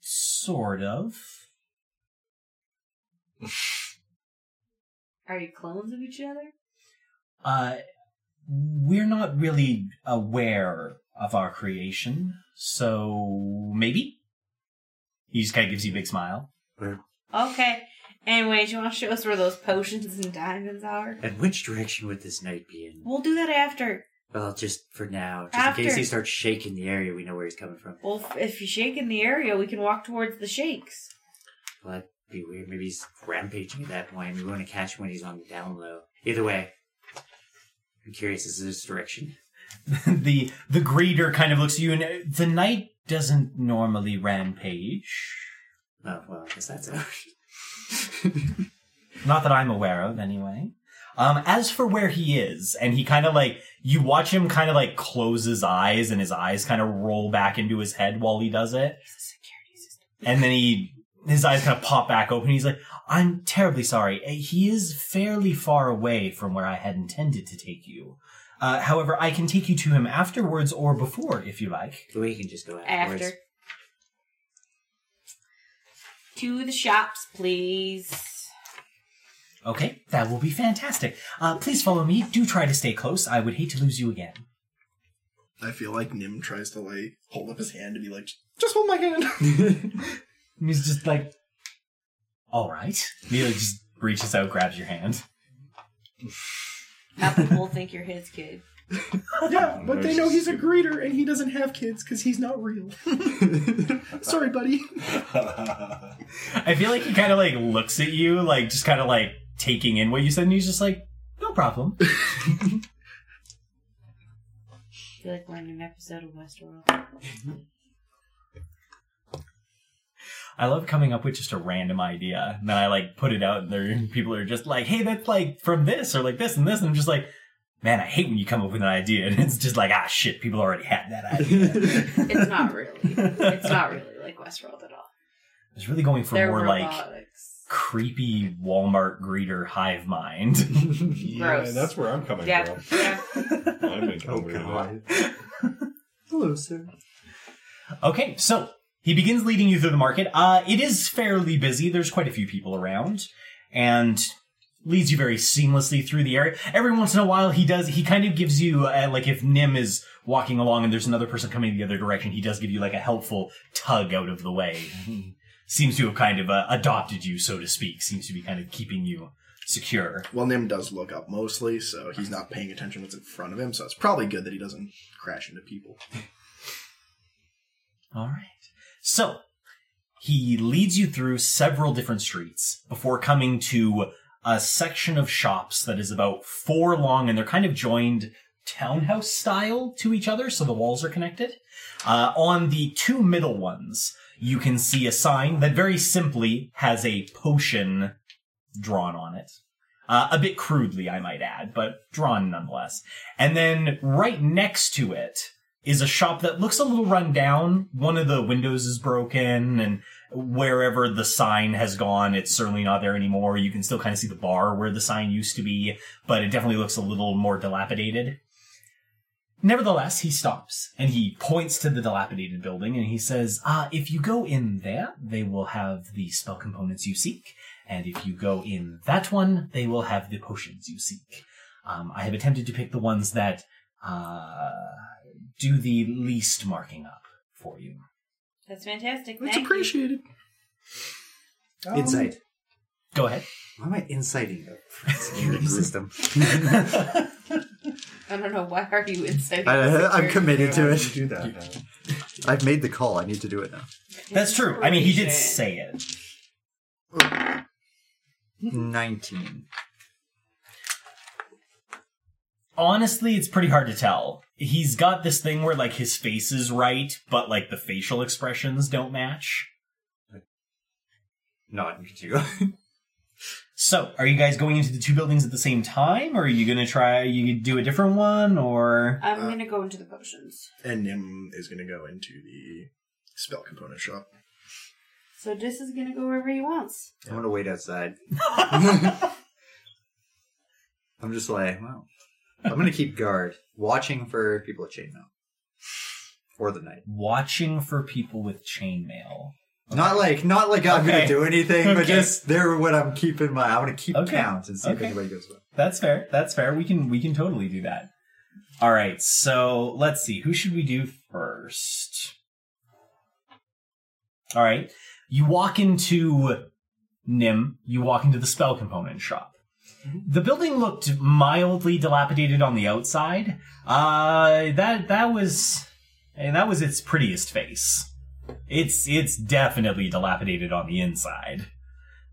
[SPEAKER 1] Sort of.
[SPEAKER 5] Are you clones of each other?
[SPEAKER 1] Uh we're not really aware of our creation, so maybe? He just kinda gives you a big smile.
[SPEAKER 3] Or,
[SPEAKER 5] Okay. Anyways, you want to show us where those potions and diamonds are?
[SPEAKER 3] and which direction would this night be in?
[SPEAKER 5] We'll do that after.
[SPEAKER 3] Well, just for now, just
[SPEAKER 5] After.
[SPEAKER 3] in case he starts shaking the area, we know where he's coming from.
[SPEAKER 5] Well, if- if you shake in the area, we can walk towards the shakes.
[SPEAKER 3] Well, that'd be weird. Maybe he's rampaging at that point. We want to catch him when he's on the down low. Either way, I'm curious. Is this direction?
[SPEAKER 1] the the greeter kind of looks at you and uh, the knight doesn't normally rampage.
[SPEAKER 3] Oh well, I guess that's out.
[SPEAKER 1] Not that I'm aware of, anyway. Um, as for where he is, and he kind of like, you watch him kind of like close his eyes and his eyes kind of roll back into his head while he does it.
[SPEAKER 5] He's a security system.
[SPEAKER 1] And then he, his eyes kind of pop back open. He's like, I'm terribly sorry. Uh, He is fairly far away from where I had intended to take you. Uh, however, I can take you to him afterwards or before if you like.
[SPEAKER 3] we can just go afterwards.
[SPEAKER 5] After. to the shops, please.
[SPEAKER 1] Okay, that will be fantastic. Uh, please follow me. Do try to stay close. I would hate to lose you again.
[SPEAKER 4] I feel like Nim tries to like hold up his hand to be like, just hold my hand.
[SPEAKER 1] And he's just like, all right. Neela just reaches out, grabs your hand.
[SPEAKER 5] Not that people think you're his kid.
[SPEAKER 4] yeah, but they know he's a greeter and he doesn't have kids because he's not real. Sorry, buddy.
[SPEAKER 1] I feel like he kind of like looks at you, like just kind of like taking in what you said, and he's just like, no problem.
[SPEAKER 5] I feel like we're in an episode of Westworld.
[SPEAKER 1] I love coming up with just a random idea, and then I like put it out, and there and people are just like, hey, that's like from this or like this and this, and I'm just like. Man, I hate when you come up with an idea and it's just like, ah, shit, people already had that idea.
[SPEAKER 5] It's not really. It's not really like Westworld at all.
[SPEAKER 1] I was really going for
[SPEAKER 5] They're
[SPEAKER 1] more like
[SPEAKER 5] robotics.
[SPEAKER 1] creepy Walmart greeter hive mind.
[SPEAKER 6] Yeah,
[SPEAKER 5] Gross.
[SPEAKER 6] that's where I'm coming
[SPEAKER 5] yeah, Oh,
[SPEAKER 6] from.
[SPEAKER 5] yeah.
[SPEAKER 6] I'm encumbered with it.
[SPEAKER 3] Hello, sir.
[SPEAKER 1] okay, so he begins leading you through the market. Uh, it is fairly busy. There's quite a few people around, and leads you very seamlessly through the area. Every once in a while, he does. He kind of gives you uh, like if Nim is walking along and there's another person coming the other direction, he does give you like a helpful tug out of the way. He Seems to have kind of uh, adopted you, so to speak. Seems to be kind of keeping you secure.
[SPEAKER 4] well, Nim does look up mostly, so he's not paying attention what's in front of him. So it's probably good that he doesn't crash into people.
[SPEAKER 1] All right. So he leads you through several different streets before coming to a section of shops that is about four long and they're kind of joined townhouse style to each other, so the walls are connected. Uh, on the two middle ones, you can see a sign that very simply has a potion drawn on it. Uh, a bit crudely, I might add, but drawn nonetheless. And then right next to it, is a shop that looks a little run down. One of the windows is broken and wherever the sign has gone, it's certainly not there anymore. You can still kind of see the bar where the sign used to be, but it definitely looks a little more dilapidated. Nevertheless, he stops and he points to the dilapidated building and he says, "Ah, if you go in there, they will have the spell components you seek, and if you go in that one, they will have the potions you seek. Um, I have attempted to pick the ones that uh, do the least marking up for you.
[SPEAKER 5] That's fantastic.
[SPEAKER 4] It's
[SPEAKER 5] Thank you.
[SPEAKER 4] appreciated. Um,
[SPEAKER 3] Insight.
[SPEAKER 1] Go ahead.
[SPEAKER 3] Why am I inciting the security system?
[SPEAKER 5] I don't know why are you inside.
[SPEAKER 7] I, I'm
[SPEAKER 5] Security.
[SPEAKER 7] committed to
[SPEAKER 6] You
[SPEAKER 7] it.
[SPEAKER 6] do that now.
[SPEAKER 7] I've made the call. I need to do it now.
[SPEAKER 1] That's true. I mean, he did
[SPEAKER 5] Appreciate it.
[SPEAKER 1] say it.
[SPEAKER 7] 19.
[SPEAKER 1] Honestly, it's pretty hard to tell. He's got this thing where like his face is right, but like the facial expressions don't match.
[SPEAKER 3] Not you.
[SPEAKER 1] So, are you guys going into the two buildings at the same time, or are you gonna try you do a different one, or
[SPEAKER 5] I'm gonna go into the potions.
[SPEAKER 4] And Nim is going to go into the spell component shop.
[SPEAKER 5] So this is gonna go wherever he wants.
[SPEAKER 3] I'm gonna wait outside. I'm just like, wow. I'm gonna keep guard, watching for people at chainmail for the night.
[SPEAKER 1] watching for people with chainmail?
[SPEAKER 7] Not like, not like I'm
[SPEAKER 1] Okay.
[SPEAKER 7] gonna do anything, but
[SPEAKER 1] Okay.
[SPEAKER 7] just they're what I'm keeping my. I'm gonna keep
[SPEAKER 1] Okay.
[SPEAKER 7] count and see if
[SPEAKER 1] Okay.
[SPEAKER 7] anybody goes with.
[SPEAKER 1] That's fair. That's fair. We can we can totally do that. All right. So let's see. Who should we do first? All right. You walk into Nim. You walk into the spell component shop. The building looked mildly dilapidated on the outside. Uh, that that was and that was its prettiest face. It's it's definitely dilapidated on the inside.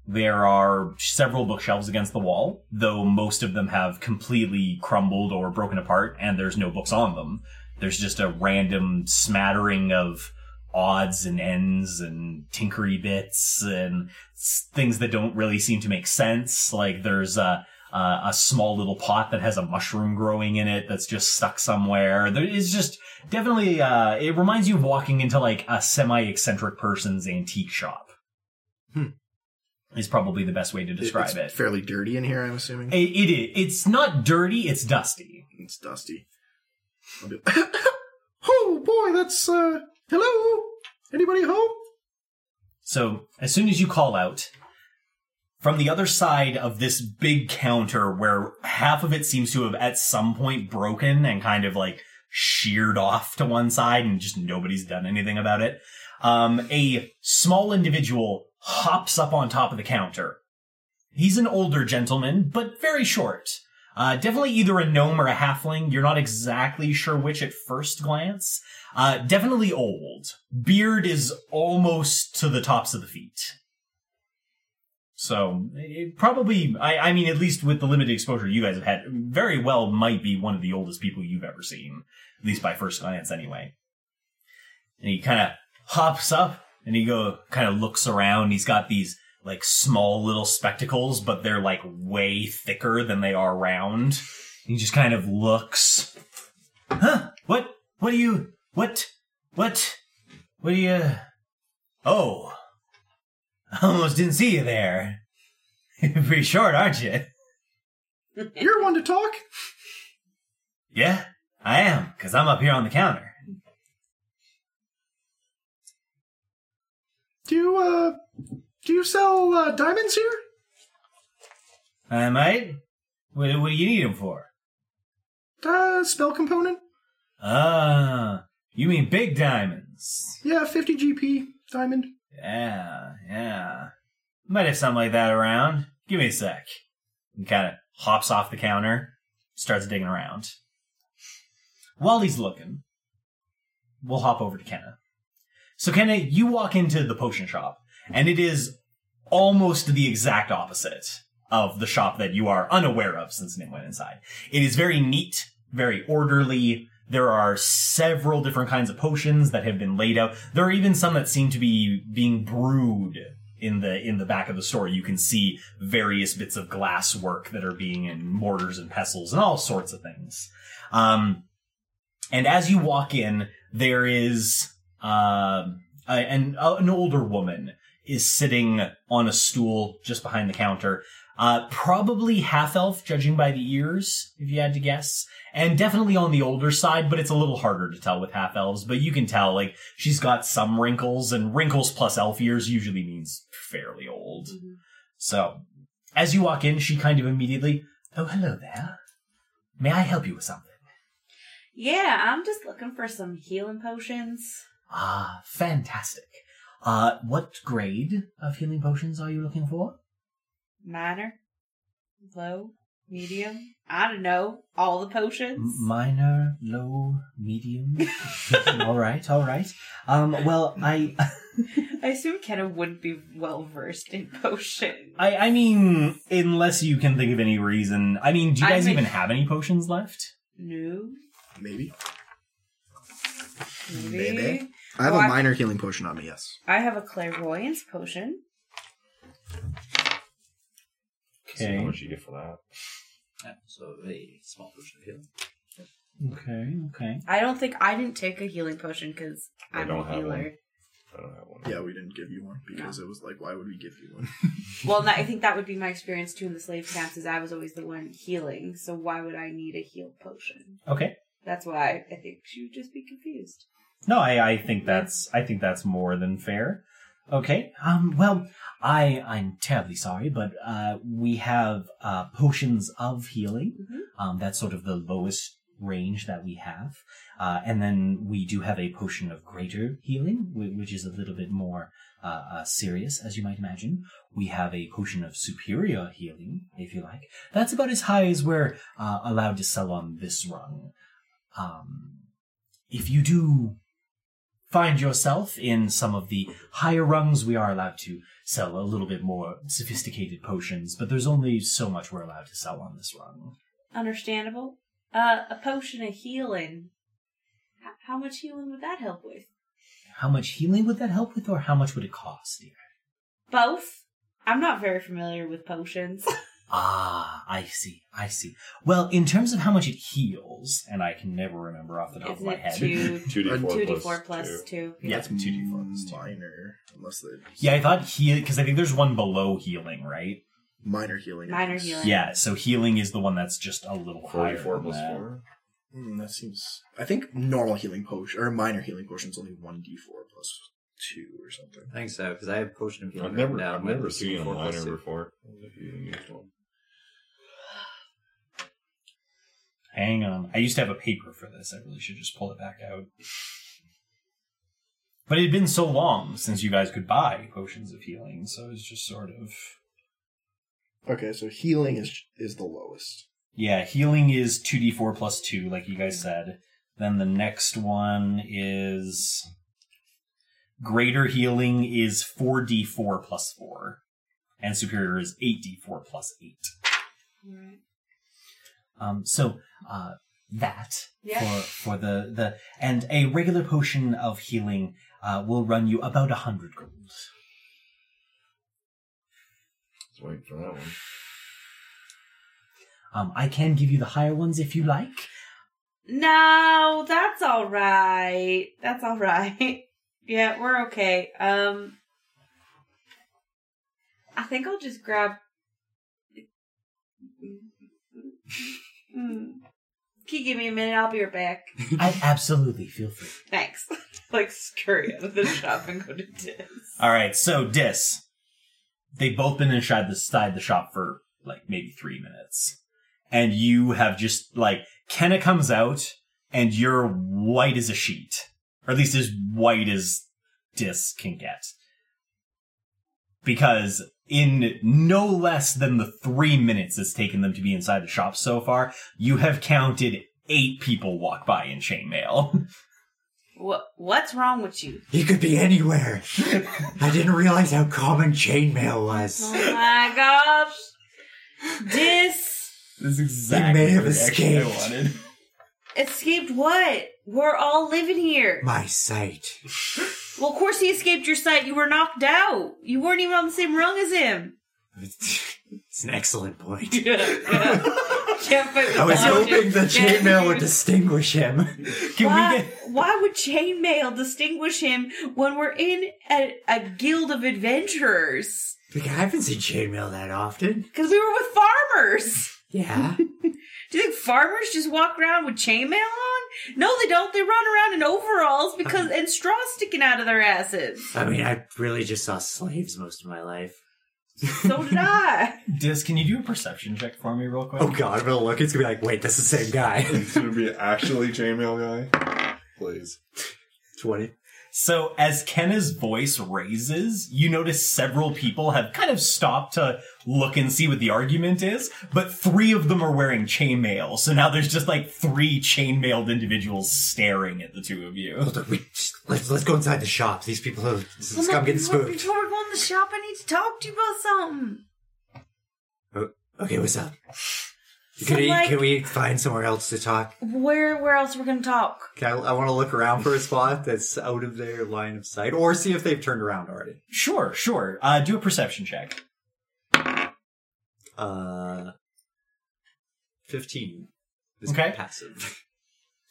[SPEAKER 1] There are several bookshelves against the wall, though most of them have completely crumbled or broken apart, and there's no books on them. There's just a random smattering of odds and ends and tinkery bits and s- things that don't really seem to make sense. Like there's a, a, a small little pot that has a mushroom growing in it that's just stuck somewhere. There is just definitely, uh, it reminds you of walking into like a semi eccentric person's antique shop. Is probably the best way to describe
[SPEAKER 4] it's
[SPEAKER 1] it.
[SPEAKER 4] fairly dirty in here, I'm assuming.
[SPEAKER 1] It, it is. It's not dirty. It's dusty.
[SPEAKER 4] It's dusty. I'll be oh boy, that's uh hello. Anybody home?
[SPEAKER 1] So as soon as you call out, from the other side of this big counter where half of it seems to have at some point broken and kind of like sheared off to one side and just nobody's done anything about it, um, a small individual hops up on top of the counter. He's an older gentleman, but very short. Uh, definitely either a gnome or a halfling. You're not exactly sure which at first glance. Uh, definitely old. Beard is almost to the tops of the feet. So it probably, I, I mean, at least with the limited exposure you guys have had, very well might be one of the oldest people you've ever seen, at least by first glance, anyway. And he kind of hops up and he go kind of looks around. He's got these like small little spectacles, but they're like way thicker than they are round. He just kind of looks. Huh? What? What do you? What? What? What do you? Oh, I almost didn't see you there. You're Pretty short, aren't you?
[SPEAKER 4] You're one to talk.
[SPEAKER 1] Yeah, I am, because I'm up here on the counter.
[SPEAKER 4] Do you, uh, do you sell uh, diamonds here?
[SPEAKER 1] I might. What, what do you need them for?
[SPEAKER 4] Uh, spell component?
[SPEAKER 1] Ah, you mean big diamonds?
[SPEAKER 4] Yeah, 50 GP diamond.
[SPEAKER 1] Yeah, yeah. Might have something like that around. Give me a sec. And kind of hops off the counter, starts digging around. While he's looking, we'll hop over to Kenna. So, Kenna, you walk into the potion shop, and it is almost the exact opposite of the shop that you are unaware of since Nim went inside. It is very neat, very orderly. There are several different kinds of potions that have been laid out. There are even some that seem to be being brewed in the in the back of the store. You can see various bits of glass work that are being in mortars and pestles and all sorts of things. Um, and as you walk in, there is um, a- an an older woman is sitting on a stool just behind the counter. Uh, probably half elf, judging by the ears, if you had to guess, and definitely on the older side, but it's a little harder to tell with half elves. But you can tell, like she's got some wrinkles, and wrinkles plus elf ears usually means fairly old. So, as you walk in, she kind of immediately, "Oh, hello there. May I help you with something?"
[SPEAKER 5] Yeah, I'm just looking for some healing potions.
[SPEAKER 1] Ah, fantastic. Uh, what grade of healing potions are you looking for?
[SPEAKER 5] Minor, low, medium. I don't know. All the potions.
[SPEAKER 1] M- minor, low, medium. all right, all right. Um, well, I,
[SPEAKER 5] I assume Kenna wouldn't be well versed in potions.
[SPEAKER 1] I, I mean, unless you can think of any reason. I mean, do you
[SPEAKER 5] I
[SPEAKER 1] guys
[SPEAKER 5] mean-
[SPEAKER 1] even have any potions left?
[SPEAKER 5] No.
[SPEAKER 4] Maybe.
[SPEAKER 5] Maybe.
[SPEAKER 4] Maybe. I have
[SPEAKER 5] Oh, I-
[SPEAKER 4] a minor healing potion on me, yes.
[SPEAKER 5] I have a clairvoyance potion.
[SPEAKER 6] See how much you get for that.
[SPEAKER 3] So a small portion of healing.
[SPEAKER 1] Okay, okay.
[SPEAKER 5] I don't think I didn't take a healing potion because
[SPEAKER 6] I
[SPEAKER 5] I'm
[SPEAKER 6] don't
[SPEAKER 5] a
[SPEAKER 6] have
[SPEAKER 5] healer.
[SPEAKER 6] one. I don't have one.
[SPEAKER 4] Yeah, we didn't give you one because it was like, why would we give you one?
[SPEAKER 5] Well, that- I think that would be my experience too in the slave camps. Is I was always the one healing, so why would I need a heal potion?
[SPEAKER 1] Okay.
[SPEAKER 5] That's why I think she would just be confused.
[SPEAKER 1] No, I, I think that's I think that's more than fair. Okay. Um. Well, I I'm terribly sorry, but uh, we have uh, potions of healing. Um, that's sort of the lowest range that we have, uh, and then we do have a potion of greater healing, whi- which is a little bit more uh, uh, serious, as you might imagine. We have a potion of superior healing, if you like. That's about as high as we're uh, allowed to sell on this rung. Um, if you do find yourself in some of the higher rungs, we are allowed to sell a little bit more sophisticated potions, but there's only so much we're allowed to sell on this rung.
[SPEAKER 5] Understandable. Uh, a potion of healing. H- how much healing would that help with?
[SPEAKER 1] How much healing would that help with, or how much would it cost, dear?
[SPEAKER 5] Both. I'm not very familiar with potions.
[SPEAKER 1] Ah, I see, I see. Well, in terms of how much it heals, and I can never remember off the top of
[SPEAKER 5] Isn't
[SPEAKER 1] my
[SPEAKER 5] it
[SPEAKER 1] head.
[SPEAKER 5] two
[SPEAKER 6] Two D four
[SPEAKER 5] two
[SPEAKER 6] plus
[SPEAKER 5] d four plus two?
[SPEAKER 1] Yeah,
[SPEAKER 4] That's
[SPEAKER 1] two D four plus two.
[SPEAKER 4] minor, unless they
[SPEAKER 1] Yeah, I thought heal because I think there's one below healing, right?
[SPEAKER 4] minor healing. I
[SPEAKER 5] Minor
[SPEAKER 4] guess.
[SPEAKER 5] healing.
[SPEAKER 1] Yeah, so healing is the one that's just a little higher.
[SPEAKER 6] Forty four
[SPEAKER 1] than
[SPEAKER 6] plus
[SPEAKER 1] that.
[SPEAKER 6] four.
[SPEAKER 4] Hmm, that seems. I think normal healing potion or minor healing potion is only one D four plus two or something.
[SPEAKER 3] I think so, because I have potion of healing
[SPEAKER 6] I've never,
[SPEAKER 3] written down
[SPEAKER 6] I've
[SPEAKER 3] with
[SPEAKER 6] never seen a
[SPEAKER 3] four plus
[SPEAKER 6] liner
[SPEAKER 3] two.
[SPEAKER 6] before. I wonder if you even used one.
[SPEAKER 1] Hang on. I used to have a paper for this. I really should just pull it back out. But it had been so long since you guys could buy potions of healing, so it's just sort of
[SPEAKER 4] Okay, so healing is is the lowest.
[SPEAKER 1] yeah. Healing is two d four plus two, like you guys said. Then the next one is greater healing is four d four plus four, and superior is eight d four plus eight.
[SPEAKER 5] Right.
[SPEAKER 1] Um, so uh, that
[SPEAKER 5] Yeah.
[SPEAKER 1] for for the the and a regular potion of healing uh, will run you about a hundred gold.
[SPEAKER 6] Just waiting for that one.
[SPEAKER 1] Um, I can give you the higher ones if you like.
[SPEAKER 5] No, that's all right. That's all right. yeah, we're okay. Um, I think I'll just grab. Mm. Can you give me a minute? I'll be right back.
[SPEAKER 1] I absolutely feel free.
[SPEAKER 5] Thanks. like scurry out of the shop and go to Diz.
[SPEAKER 1] All right, so Dis, they've both been inside the side the shop for like maybe three minutes, and you have just like Kenna comes out and you're white as a sheet, or at least as white as Dis can get, because in no less than the three minutes it's taken them to be inside the shop so far, you have counted eight people walk by in chainmail.
[SPEAKER 5] What What's wrong with you?
[SPEAKER 7] He could be anywhere. I didn't realize how common chainmail
[SPEAKER 5] Oh
[SPEAKER 7] was.
[SPEAKER 5] my gosh! This
[SPEAKER 1] this is
[SPEAKER 7] exactly have the reaction I escaped.
[SPEAKER 1] wanted.
[SPEAKER 5] escaped what? We're all living here.
[SPEAKER 7] My sight.
[SPEAKER 5] Well, of course he escaped your sight. You were knocked out. You weren't even on the same rung as him.
[SPEAKER 7] It's an excellent point.
[SPEAKER 5] Jeff,
[SPEAKER 7] I was hoping the chainmail would distinguish him.
[SPEAKER 1] Can
[SPEAKER 5] why,
[SPEAKER 1] we get?
[SPEAKER 5] why would chainmail distinguish him when we're in a, a guild of adventurers?
[SPEAKER 7] Like, I haven't seen chainmail that often.
[SPEAKER 5] Because we were with farmers.
[SPEAKER 7] Yeah.
[SPEAKER 5] Do you think farmers just walk around with chainmail on? No, they don't. They run around in overalls because and straw sticking out of their asses.
[SPEAKER 7] I mean, I really just saw slaves most of my life.
[SPEAKER 5] So did I.
[SPEAKER 1] Dis, can you do a perception check for me real quick?
[SPEAKER 7] Oh god, I'm gonna look. It's gonna be like, wait, that's the same guy.
[SPEAKER 6] It's gonna be actually chainmail guy. Please.
[SPEAKER 7] 20.
[SPEAKER 1] So as Kenna's voice raises, you notice several people have kind of stopped to look and see what the argument is, but three of them are wearing chainmail. So now there's just like three chainmailed individuals staring at the two of you.
[SPEAKER 7] Hold on, wait, just- let's, let's go inside the shop. These people are. This, I'm getting
[SPEAKER 5] before,
[SPEAKER 7] spooked.
[SPEAKER 5] Before we go in the shop, I need to talk to you about something.
[SPEAKER 7] Oh, Okay, what's up?
[SPEAKER 5] So,
[SPEAKER 7] Can, we,
[SPEAKER 5] like-
[SPEAKER 7] can we find somewhere else to talk?
[SPEAKER 5] Where where else we're gonna talk?
[SPEAKER 7] Okay, I, I want to look around for a spot that's out of their line of sight, or see if they've turned around already.
[SPEAKER 1] Sure, sure. Uh, do a perception check.
[SPEAKER 7] Uh, fifteen. Is
[SPEAKER 1] Okay.
[SPEAKER 7] Passive.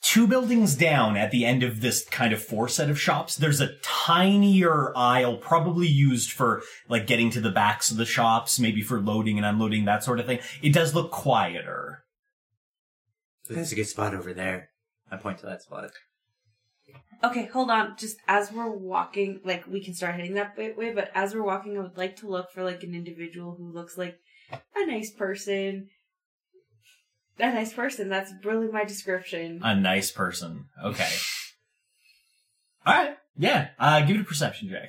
[SPEAKER 1] Two buildings down at the end of this kind of four set of shops, there's a tinier aisle probably used for like getting to the backs of the shops, maybe for loading and unloading, that sort of thing. It does look quieter.
[SPEAKER 7] There's a good spot over there. I point to that spot.
[SPEAKER 5] Okay, hold on. Just as we're walking, like we can start heading that way, way, but as we're walking, I would like to look for like an individual who looks like a nice person. A nice person. That's really my description.
[SPEAKER 1] A nice person. Okay. All right. Yeah. Uh, give it a perception check.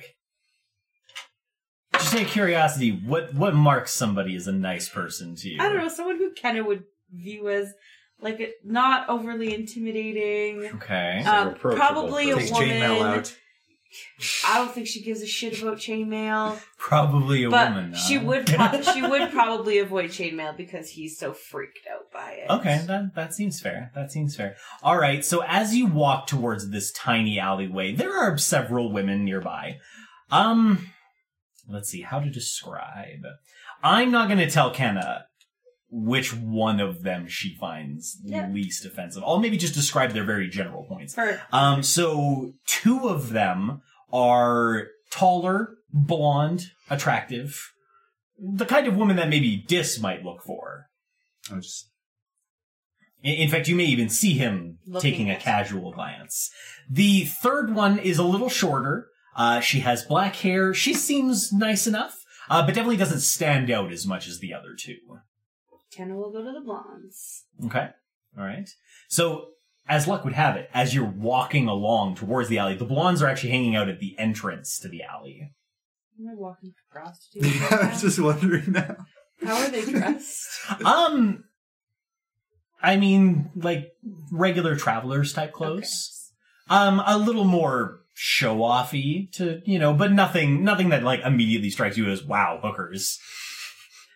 [SPEAKER 1] Just out of curiosity, what what marks somebody as a nice person to you?
[SPEAKER 5] I don't know, someone who Kenna would view as like a, not overly intimidating.
[SPEAKER 1] Okay.
[SPEAKER 5] Um,
[SPEAKER 6] approachable
[SPEAKER 5] probably a
[SPEAKER 7] Take chainmail
[SPEAKER 5] woman.
[SPEAKER 7] out.
[SPEAKER 5] I don't think she gives a shit about chainmail,
[SPEAKER 1] Probably a
[SPEAKER 5] but
[SPEAKER 1] woman.
[SPEAKER 5] she
[SPEAKER 1] huh?
[SPEAKER 5] would pro- she would probably avoid chainmail because he's so freaked out by it.
[SPEAKER 1] Okay, that that seems fair. That seems fair. All right, so as you walk towards this tiny alleyway, there are several women nearby. Um let's see how to describe. I'm not going to tell Kenna which one of them she finds
[SPEAKER 5] Yeah.
[SPEAKER 1] least offensive. I'll maybe just describe their very general points.
[SPEAKER 5] For
[SPEAKER 1] Um, so two of them are taller, blonde, attractive. The kind of woman that maybe Dis might look for.
[SPEAKER 7] I'm just.
[SPEAKER 1] In, in fact, you may even see him
[SPEAKER 5] Looking
[SPEAKER 1] taking a
[SPEAKER 5] at-
[SPEAKER 1] casual glance. The third one is a little shorter, Uh, she has black hair. She seems nice enough, uh, but definitely doesn't stand out as much as the other two.
[SPEAKER 5] Kenna will go to the blondes.
[SPEAKER 1] Okay. All right. So, as luck would have it, as you're walking along towards the alley, the blondes are actually hanging out at the entrance to the alley.
[SPEAKER 5] Am I walking for prostitutes?
[SPEAKER 7] Yeah, I
[SPEAKER 5] right
[SPEAKER 7] was just wondering now.
[SPEAKER 5] now? How are they dressed?
[SPEAKER 1] Um, I mean, like regular travelers type clothes. Um, a little more show offy to you know, but nothing, nothing that like immediately strikes you as wow hookers.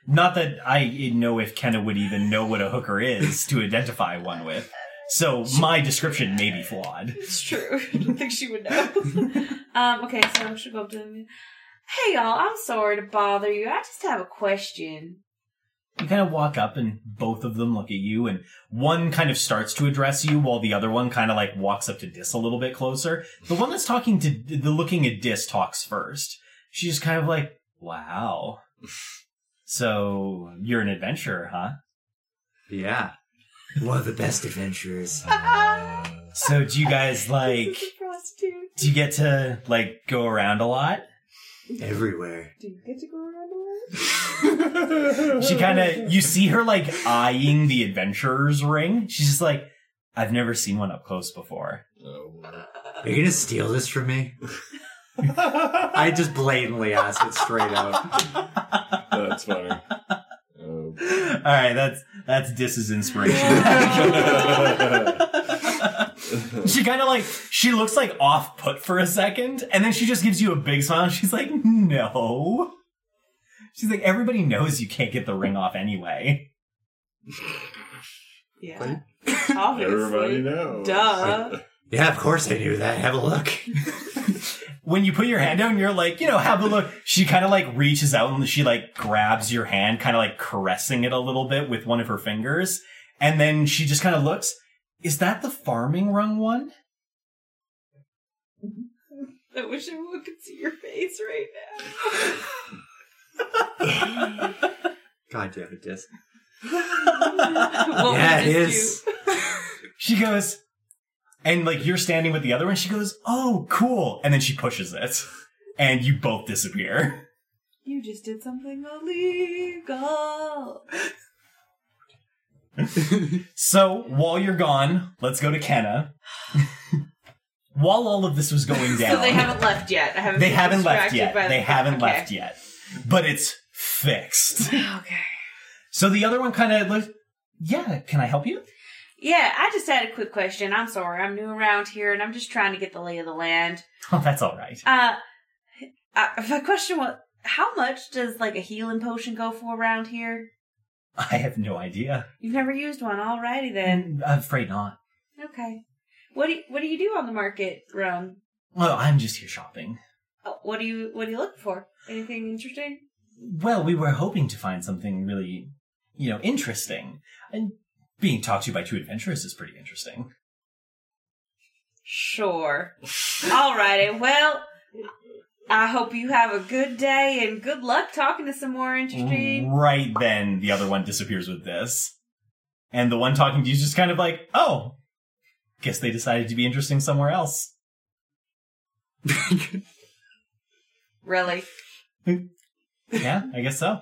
[SPEAKER 1] Not that I know if Kenna would even know what a hooker is to identify one with. So my description may be flawed.
[SPEAKER 5] It's true. I don't think she would know. um, okay, so I should go up to them. Hey y'all, I'm sorry to bother you. I just have a question.
[SPEAKER 1] You kind of walk up and both of them look at you and one kind of starts to address you while the other one kind of like walks up to Dis a little bit closer. The one that's talking to the looking at Dis talks first. She's just kind of like, "Wow. So, you're an adventurer, huh?"
[SPEAKER 3] Yeah. One of the best adventurers.
[SPEAKER 1] So, do you guys like
[SPEAKER 5] This is prostitute.
[SPEAKER 1] do you get to like go around a lot?
[SPEAKER 3] Everywhere.
[SPEAKER 5] Do you get to go around the world?
[SPEAKER 1] She kind of you see her like eyeing the adventurer's ring. She's just like, "I've never seen one up close before."
[SPEAKER 6] Oh,
[SPEAKER 3] You're gonna steal this from me?
[SPEAKER 7] I just blatantly asked it straight out.
[SPEAKER 6] That's funny. Oh.
[SPEAKER 1] All right, that's that's Dis's inspiration. she kind of like she looks like off put for a second, and then she just gives you a big smile. And she's like, "No." She's like, "Everybody knows you can't get the ring off anyway."
[SPEAKER 5] Yeah. Obviously.
[SPEAKER 6] Everybody knows.
[SPEAKER 5] Duh.
[SPEAKER 3] Yeah, of course I knew that. Have a look.
[SPEAKER 1] When you put your hand down, you're like, you know, have a look. She kind of like reaches out and she like grabs your hand, kind of like caressing it a little bit with one of her fingers, and then she just kind of looks. Is that the farming rung one?
[SPEAKER 5] I wish everyone could see your face right now.
[SPEAKER 7] God damn it, Jess.
[SPEAKER 5] What
[SPEAKER 3] yeah,
[SPEAKER 5] would
[SPEAKER 3] it
[SPEAKER 5] this
[SPEAKER 3] is.
[SPEAKER 1] She goes, and like you're standing with the other one. She goes, "Oh, cool!" And then she pushes it, and you both disappear.
[SPEAKER 5] do? You just did something illegal.
[SPEAKER 1] So while you're gone, let's go to Kenna. while all of this was going down,
[SPEAKER 5] So they haven't left yet. I haven't.
[SPEAKER 1] they
[SPEAKER 5] been
[SPEAKER 1] haven't left
[SPEAKER 5] distracted
[SPEAKER 1] yet.
[SPEAKER 5] by the-
[SPEAKER 1] They haven't
[SPEAKER 5] okay.
[SPEAKER 1] left yet, but it's fixed.
[SPEAKER 5] Okay.
[SPEAKER 1] So the other one kind of looks. Yeah, can I help you?
[SPEAKER 5] Yeah, I just had a quick question. I'm sorry, I'm new around here, and I'm just trying to get the lay of the land.
[SPEAKER 1] Oh, that's all right.
[SPEAKER 5] Uh, I, my question was, how much does like a healing potion go for around here?
[SPEAKER 1] I have no idea.
[SPEAKER 5] You've never used one, alrighty then.
[SPEAKER 1] And I'm afraid not.
[SPEAKER 5] Okay. What do you, what do you do on the market run?
[SPEAKER 1] Well, I'm just here shopping.
[SPEAKER 5] Oh, what do you what do you look for? Anything interesting?
[SPEAKER 1] Well, we were hoping to find something really, you know, interesting. And being talked to by two adventurers is pretty interesting.
[SPEAKER 5] Sure. Alrighty. Well, I hope you have a good day and good luck talking to some more interesting.
[SPEAKER 1] Right then, the other one disappears with this. And the one talking to you is just kind of like, oh, guess they decided to be interesting somewhere else.
[SPEAKER 5] Really?
[SPEAKER 1] Yeah, I guess so.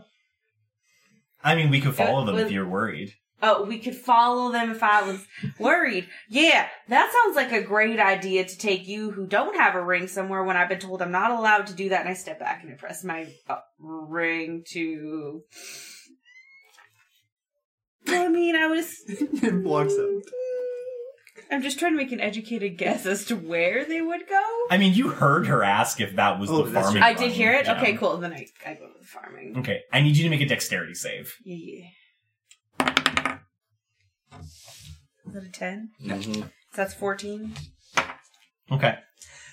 [SPEAKER 1] I mean, we could follow them if you're worried.
[SPEAKER 5] Oh, we could follow them if I was worried. Yeah, that sounds like a great idea to take you who don't have a ring somewhere when I've been told I'm not allowed to do that, and I step back and I press my uh, ring to. I mean, I was.
[SPEAKER 7] It blocks out.
[SPEAKER 5] I'm just trying to make an educated guess as to where they would go.
[SPEAKER 1] I mean, you heard her ask if that was
[SPEAKER 7] Oh,
[SPEAKER 1] the
[SPEAKER 7] that's
[SPEAKER 1] farming.
[SPEAKER 5] I did hear it.
[SPEAKER 1] gem.
[SPEAKER 5] Okay, cool. Then I, I go to the
[SPEAKER 7] Mm.
[SPEAKER 5] farming.
[SPEAKER 1] Okay, I need you to make a dexterity save.
[SPEAKER 5] Yeah, yeah. Is that a 10?
[SPEAKER 7] Mm-hmm.
[SPEAKER 6] Mhm.
[SPEAKER 5] So that's 14.
[SPEAKER 1] Okay.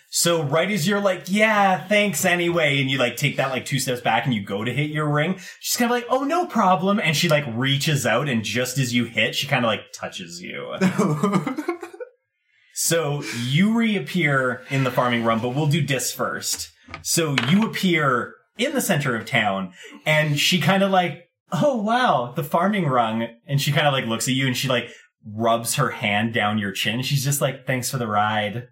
[SPEAKER 1] So right as you're like, yeah, thanks anyway, and you like take that like two steps back and you go to hit your ring, she's kind of like, oh, no problem. And she like reaches out and just as you hit, she kind of like touches you. so you reappear in the farming room, but we'll do dis first. So you appear in the center of town and she kind of like, oh wow, the farming rung. And she kind of like looks at you and she like rubs her hand down your chin. She's just like, thanks for the ride.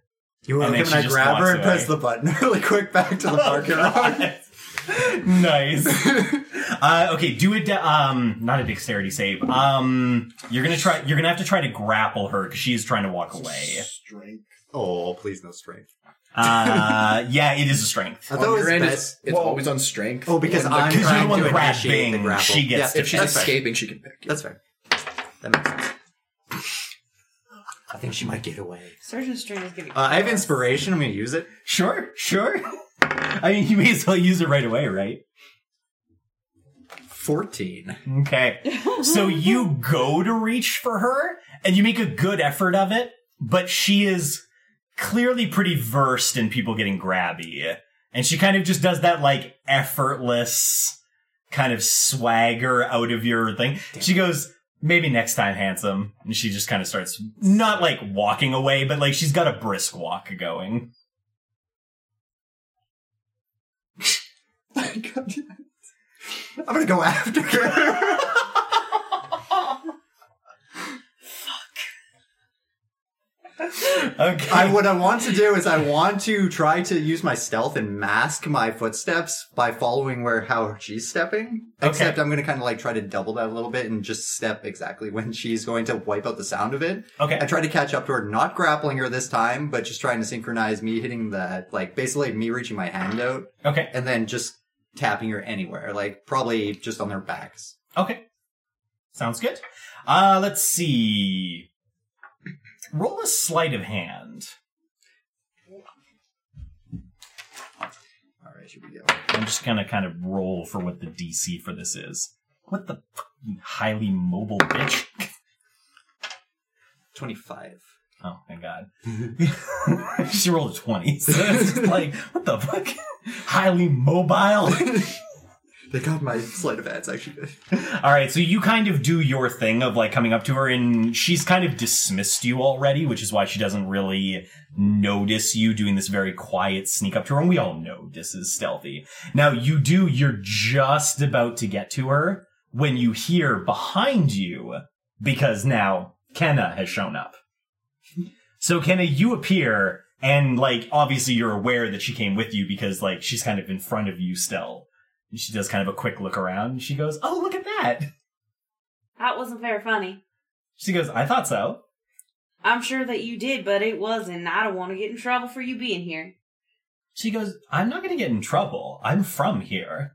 [SPEAKER 7] You want
[SPEAKER 1] And
[SPEAKER 7] to
[SPEAKER 1] then
[SPEAKER 7] come and
[SPEAKER 1] she
[SPEAKER 7] I
[SPEAKER 1] just
[SPEAKER 7] grab her
[SPEAKER 1] walks
[SPEAKER 7] and press
[SPEAKER 1] away.
[SPEAKER 7] the button really quick back to the market run.
[SPEAKER 1] nice. Uh, okay, do a de- um, not a dexterity save. Um, you're gonna try. You're gonna have to try to grapple her because she's trying to walk away.
[SPEAKER 4] Strength.
[SPEAKER 7] Oh, please no strength.
[SPEAKER 1] Uh, yeah, it is a strength.
[SPEAKER 7] I
[SPEAKER 4] on
[SPEAKER 7] thought it was
[SPEAKER 4] your end,
[SPEAKER 7] best.
[SPEAKER 4] it's, it's always on strength.
[SPEAKER 7] Oh, because
[SPEAKER 4] When,
[SPEAKER 7] I'm
[SPEAKER 4] like,
[SPEAKER 1] you're the
[SPEAKER 7] trying
[SPEAKER 1] one
[SPEAKER 7] to initiate the
[SPEAKER 1] grabbing,
[SPEAKER 7] grapple.
[SPEAKER 1] she gets
[SPEAKER 7] yeah,
[SPEAKER 1] to
[SPEAKER 4] if she's
[SPEAKER 7] that's fair.
[SPEAKER 4] escaping, she can pick. you.
[SPEAKER 7] That's fair. That makes sense. I think she might get away.
[SPEAKER 5] Sergeant Strain is gonna.
[SPEAKER 7] Uh, I have inspiration. I'm going to use it.
[SPEAKER 1] Sure, sure. I mean, you may as well use it right away, right?
[SPEAKER 7] 14.
[SPEAKER 1] Okay. So you go to reach for her and you make a good effort of it, but she is clearly pretty versed in people getting grabby. And she kind of just does that like effortless kind of swagger out of your thing. She goes, maybe next time, handsome. And she just kind of starts not like walking away, but like she's got a brisk walk going.
[SPEAKER 7] I'm going to go after her.
[SPEAKER 1] Okay.
[SPEAKER 7] I, what I want to do is I want to try to use my stealth and mask my footsteps by following where how she's stepping.
[SPEAKER 1] Okay.
[SPEAKER 7] Except I'm going to kind of like try to double that a little bit and just step exactly when she's going to wipe out the sound of it.
[SPEAKER 1] okay.
[SPEAKER 7] I tried to catch up to her, not grappling her this time, but just trying to synchronize me hitting that, like basically me reaching my hand out
[SPEAKER 1] Okay.
[SPEAKER 7] and then just tapping her anywhere, like probably just on their backs.
[SPEAKER 1] Okay. Sounds good. Uh, let's see. Roll a sleight of hand.
[SPEAKER 7] All right, here we go.
[SPEAKER 1] I'm just gonna kind of roll for what the DC for this is. What the fucking highly mobile bitch?
[SPEAKER 7] 25.
[SPEAKER 1] Oh, thank God. she rolled a 20. So it's just like, what the fuck? Highly mobile.
[SPEAKER 7] They got my sleight of hands actually good.
[SPEAKER 1] All right, so you kind of do your thing of like coming up to her, and she's kind of dismissed you already, which is why she doesn't really notice you doing this very quiet sneak up to her. And we all know this is stealthy. Now you do, you're just about to get to her when you hear behind you, because now Kenna has shown up. So Kenna, you appear, and like obviously you're aware that she came with you because like she's kind of in front of you still. And she does kind of a quick look around and she goes, Oh, look at that.
[SPEAKER 5] That wasn't very funny.
[SPEAKER 1] She goes, I thought so.
[SPEAKER 5] I'm sure that you did, but it wasn't. I don't want to get in trouble for you being here.
[SPEAKER 1] She goes, I'm not going to get in trouble. I'm from here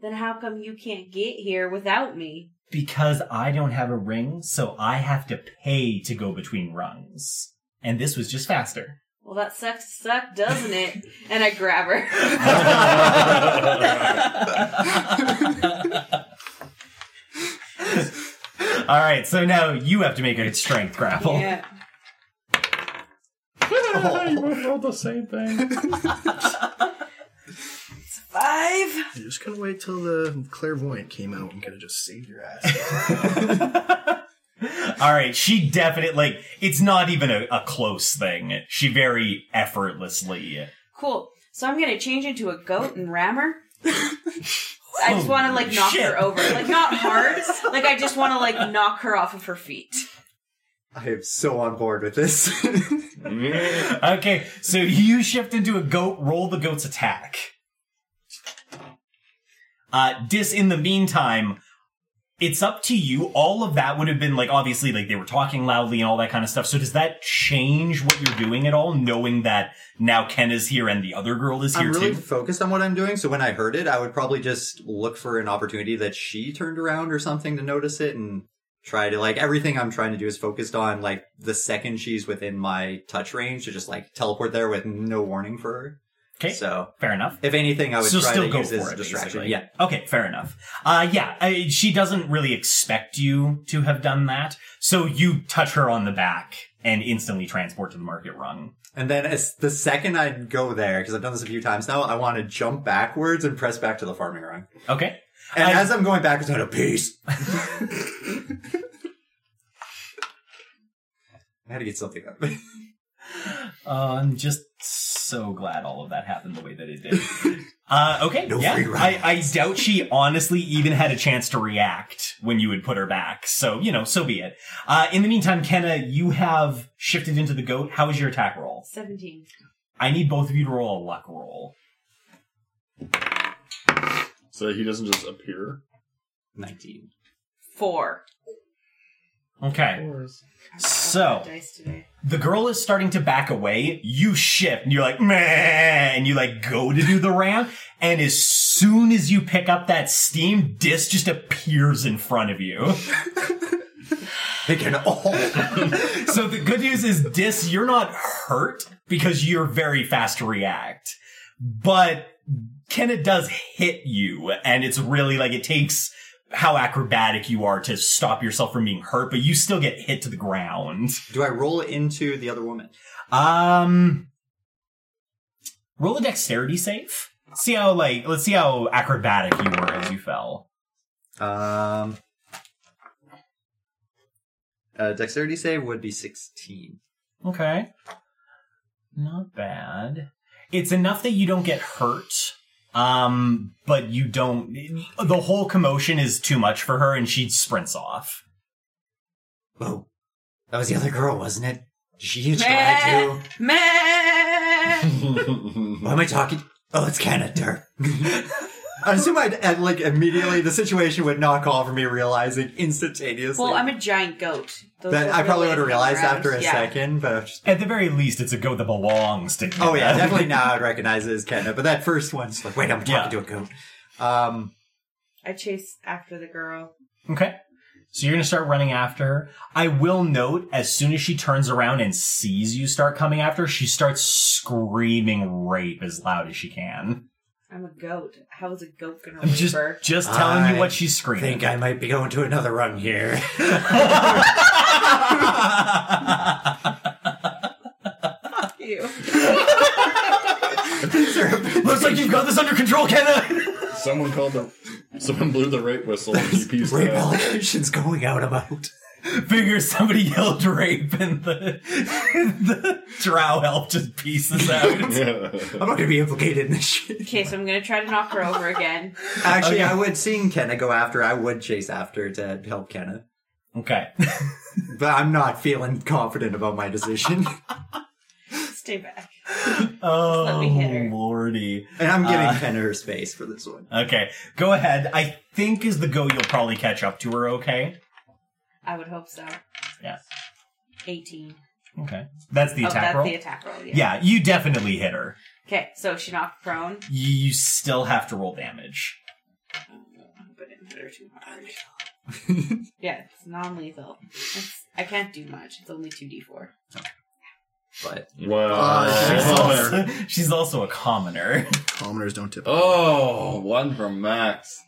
[SPEAKER 5] Then how come you can't get here without me?
[SPEAKER 1] because I don't have a ring, so I have to pay to go between rungs. And this was just faster.
[SPEAKER 5] Well, that sucks, to suck, doesn't it? and I grab her.
[SPEAKER 1] All right, so now you have to make a strength grapple.
[SPEAKER 5] yeah.
[SPEAKER 1] you rolled the same thing.
[SPEAKER 5] Five.
[SPEAKER 4] I'm just gonna wait till the clairvoyant came out and could have just saved your ass.
[SPEAKER 1] All right, she definitely like it's not even a, a close thing. She very effortlessly.
[SPEAKER 5] Cool. So I'm gonna change into a goat and ram her. I just want to like knock
[SPEAKER 1] Shit.
[SPEAKER 5] her over, like not hard. like I just want to like knock her off of her feet.
[SPEAKER 7] I am so on board with this.
[SPEAKER 1] Okay, so you shift into a goat. Roll the goat's attack. Uh, Dis. In the meantime, it's up to you. All of that would have been like obviously like they were talking loudly and all that kind of stuff. So does that change what you're doing at all? Knowing that now Ken is here and the other girl is here
[SPEAKER 7] I'm really
[SPEAKER 1] too.
[SPEAKER 7] focused on what I'm doing, so when I heard it, I would probably just look for an opportunity that she turned around or something to notice it and try to like everything I'm trying to do is focused on like the second she's within my touch range to just like teleport there with no warning for her.
[SPEAKER 1] Okay,
[SPEAKER 7] So
[SPEAKER 1] fair enough.
[SPEAKER 7] if anything, I would
[SPEAKER 1] so
[SPEAKER 7] try
[SPEAKER 1] still
[SPEAKER 7] to
[SPEAKER 1] go
[SPEAKER 7] use this
[SPEAKER 1] for
[SPEAKER 7] as
[SPEAKER 1] it,
[SPEAKER 7] a distraction.
[SPEAKER 1] basically.
[SPEAKER 7] Yeah.
[SPEAKER 1] Okay, fair enough. Uh, yeah, I, she doesn't really expect you to have done that, so you touch her on the back and instantly transport to the market rung.
[SPEAKER 7] And then as the second I go there, because I've done this a few times now, I want to jump backwards and press back to the farming run.
[SPEAKER 1] Okay.
[SPEAKER 7] And
[SPEAKER 1] I-
[SPEAKER 7] as I'm going backwards, I'm like, peace. I had to get something up.
[SPEAKER 1] Um, Uh, just so glad all of that happened the way that it did. Uh, okay,
[SPEAKER 7] No
[SPEAKER 1] yeah.
[SPEAKER 7] free rides.
[SPEAKER 1] I, I doubt she honestly even had a chance to react when you had put her back. So, you know, so be it. Uh, in the meantime, Kenna, you have shifted into the goat. How is your attack roll?
[SPEAKER 5] 17.
[SPEAKER 1] I need both of you to roll a luck roll.
[SPEAKER 6] So he doesn't just appear.
[SPEAKER 7] 19.
[SPEAKER 5] 4.
[SPEAKER 1] Okay.
[SPEAKER 5] I forgot
[SPEAKER 1] So-
[SPEAKER 5] my Dice today.
[SPEAKER 1] the girl is starting to back away. You shift and you're like, meh, and you like go to do the ramp. And as soon as you pick up that steam, Dis just appears in front of you.
[SPEAKER 7] They can all.
[SPEAKER 1] so the good news is, Dis, you're not hurt because you're very fast to react. But Kenna does hit you, and it's really like it takes how acrobatic you are to stop yourself from being hurt, but you still get hit to the ground.
[SPEAKER 7] Do I roll into the other woman?
[SPEAKER 1] Um, roll a dexterity save. See how like let's see how acrobatic you were as you fell.
[SPEAKER 7] Um, uh, dexterity save would be 16.
[SPEAKER 1] Okay, not bad. It's enough that you don't get hurt. Um, but you don't. The whole commotion is too much for her, and she sprints off.
[SPEAKER 7] Whoa. That was the other girl, wasn't it? She hit
[SPEAKER 5] Meh.
[SPEAKER 7] try too.
[SPEAKER 5] Meh.
[SPEAKER 7] Why am I talking? Oh, it's Canada. I assume I'd, I'd, like immediately the situation would not call for me realizing instantaneously.
[SPEAKER 5] Well, I'm a giant goat. Those
[SPEAKER 7] that
[SPEAKER 5] are
[SPEAKER 7] I probably
[SPEAKER 5] really
[SPEAKER 7] would have realized
[SPEAKER 5] round.
[SPEAKER 7] after a
[SPEAKER 5] Yeah.
[SPEAKER 7] second, but I was just,
[SPEAKER 1] At the very least, it's a goat that belongs to.
[SPEAKER 7] oh yeah,
[SPEAKER 1] Kenna.
[SPEAKER 7] definitely now I'd recognize it as Kenna. But that first one's like, wait, I'm talking
[SPEAKER 1] Yeah.
[SPEAKER 7] to a goat. Um,
[SPEAKER 5] I chase after the girl.
[SPEAKER 1] Okay. So you're going to start running after her. I will note as soon as she turns around and sees you start coming after her, she starts screaming rape as loud as she can.
[SPEAKER 5] I'm a goat. How is a goat gonna
[SPEAKER 1] I'm
[SPEAKER 5] rape
[SPEAKER 1] just
[SPEAKER 5] her?
[SPEAKER 1] just telling you
[SPEAKER 7] I
[SPEAKER 1] what she's
[SPEAKER 7] I
[SPEAKER 1] screaming.
[SPEAKER 7] think I might be going to another rung here.
[SPEAKER 5] You.
[SPEAKER 1] Looks like you've got this under control, Kenna.
[SPEAKER 6] Someone called the. Someone blew the rape whistle and he pieced
[SPEAKER 7] Rape
[SPEAKER 6] it out.
[SPEAKER 7] allegations going out about.
[SPEAKER 1] Figures somebody yelled rape and the, the drow help just pieces out.
[SPEAKER 6] Yeah.
[SPEAKER 7] I'm not gonna be implicated in this shit. Oh,
[SPEAKER 5] Okay, so I'm gonna try to knock her over again.
[SPEAKER 7] Actually,
[SPEAKER 1] Okay.
[SPEAKER 7] I would seeing Kenna go after. I would chase after to help Kenna,
[SPEAKER 1] Okay.
[SPEAKER 7] but I'm not feeling confident about my decision,
[SPEAKER 5] Stay back.
[SPEAKER 1] Oh,
[SPEAKER 5] let me hit her.
[SPEAKER 1] lordy.
[SPEAKER 7] and I'm giving
[SPEAKER 1] Uh.
[SPEAKER 7] Kenna her space for this one.
[SPEAKER 1] Okay, go ahead. I think is the go you'll probably catch up to her, okay?
[SPEAKER 5] I would hope so.
[SPEAKER 1] Yeah.
[SPEAKER 5] 18.
[SPEAKER 1] Okay. That's the
[SPEAKER 5] oh,
[SPEAKER 1] attack
[SPEAKER 5] that's
[SPEAKER 1] roll?
[SPEAKER 5] the attack roll. Yeah.
[SPEAKER 1] yeah. you definitely hit her.
[SPEAKER 5] Okay, so she knocked prone.
[SPEAKER 1] You, you still have to roll damage.
[SPEAKER 5] But it didn't hit her too hard. yeah, it's non-lethal. It's, I can't do much. It's only 2d4.
[SPEAKER 7] But
[SPEAKER 1] Uh,
[SPEAKER 4] she's
[SPEAKER 1] She's,
[SPEAKER 6] Wow.
[SPEAKER 1] also, she's also a commoner.
[SPEAKER 4] Commoners don't tip.
[SPEAKER 6] Oh, one from Max.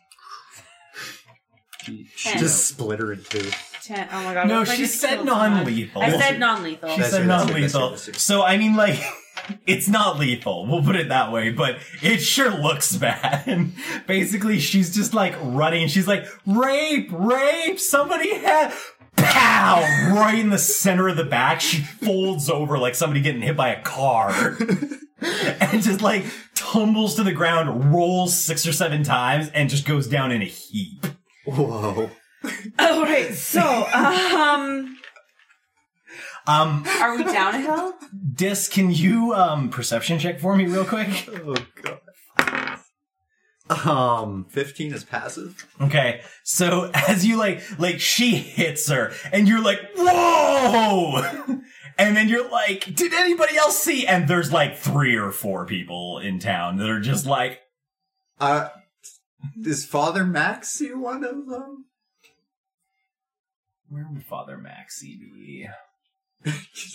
[SPEAKER 5] Ten.
[SPEAKER 7] just split her in two.
[SPEAKER 5] Ten. Oh my god.
[SPEAKER 1] No,
[SPEAKER 5] what if I
[SPEAKER 1] she
[SPEAKER 5] just
[SPEAKER 1] said
[SPEAKER 5] killed someone?
[SPEAKER 1] non-lethal.
[SPEAKER 5] I said non-lethal.
[SPEAKER 1] She
[SPEAKER 7] That's
[SPEAKER 1] said
[SPEAKER 7] right, that's
[SPEAKER 1] not
[SPEAKER 7] right, that's right,
[SPEAKER 1] lethal.
[SPEAKER 7] that's right.
[SPEAKER 1] So, I mean, like, it's not lethal. We'll put it that way, but it sure looks bad. And basically, she's just like running. She's like, rape, rape, somebody had. Pow! Right in the center of the back. She folds over like somebody getting hit by a car. and just like tumbles to the ground, rolls six or seven times, and just goes down in a heap.
[SPEAKER 7] Whoa!
[SPEAKER 5] All right. So, um,
[SPEAKER 1] Um,
[SPEAKER 5] are we down a hill?
[SPEAKER 1] Dis, can you um perception check for me real quick?
[SPEAKER 7] Oh god. Um, fifteen is passive.
[SPEAKER 1] Okay, so as you like, like she hits her, and you're like, whoa! And then you're like, did anybody else see? And there's like three or four people in town that are just like,
[SPEAKER 7] Uh, is Father Max you one of them?
[SPEAKER 1] where would Father Maxie be?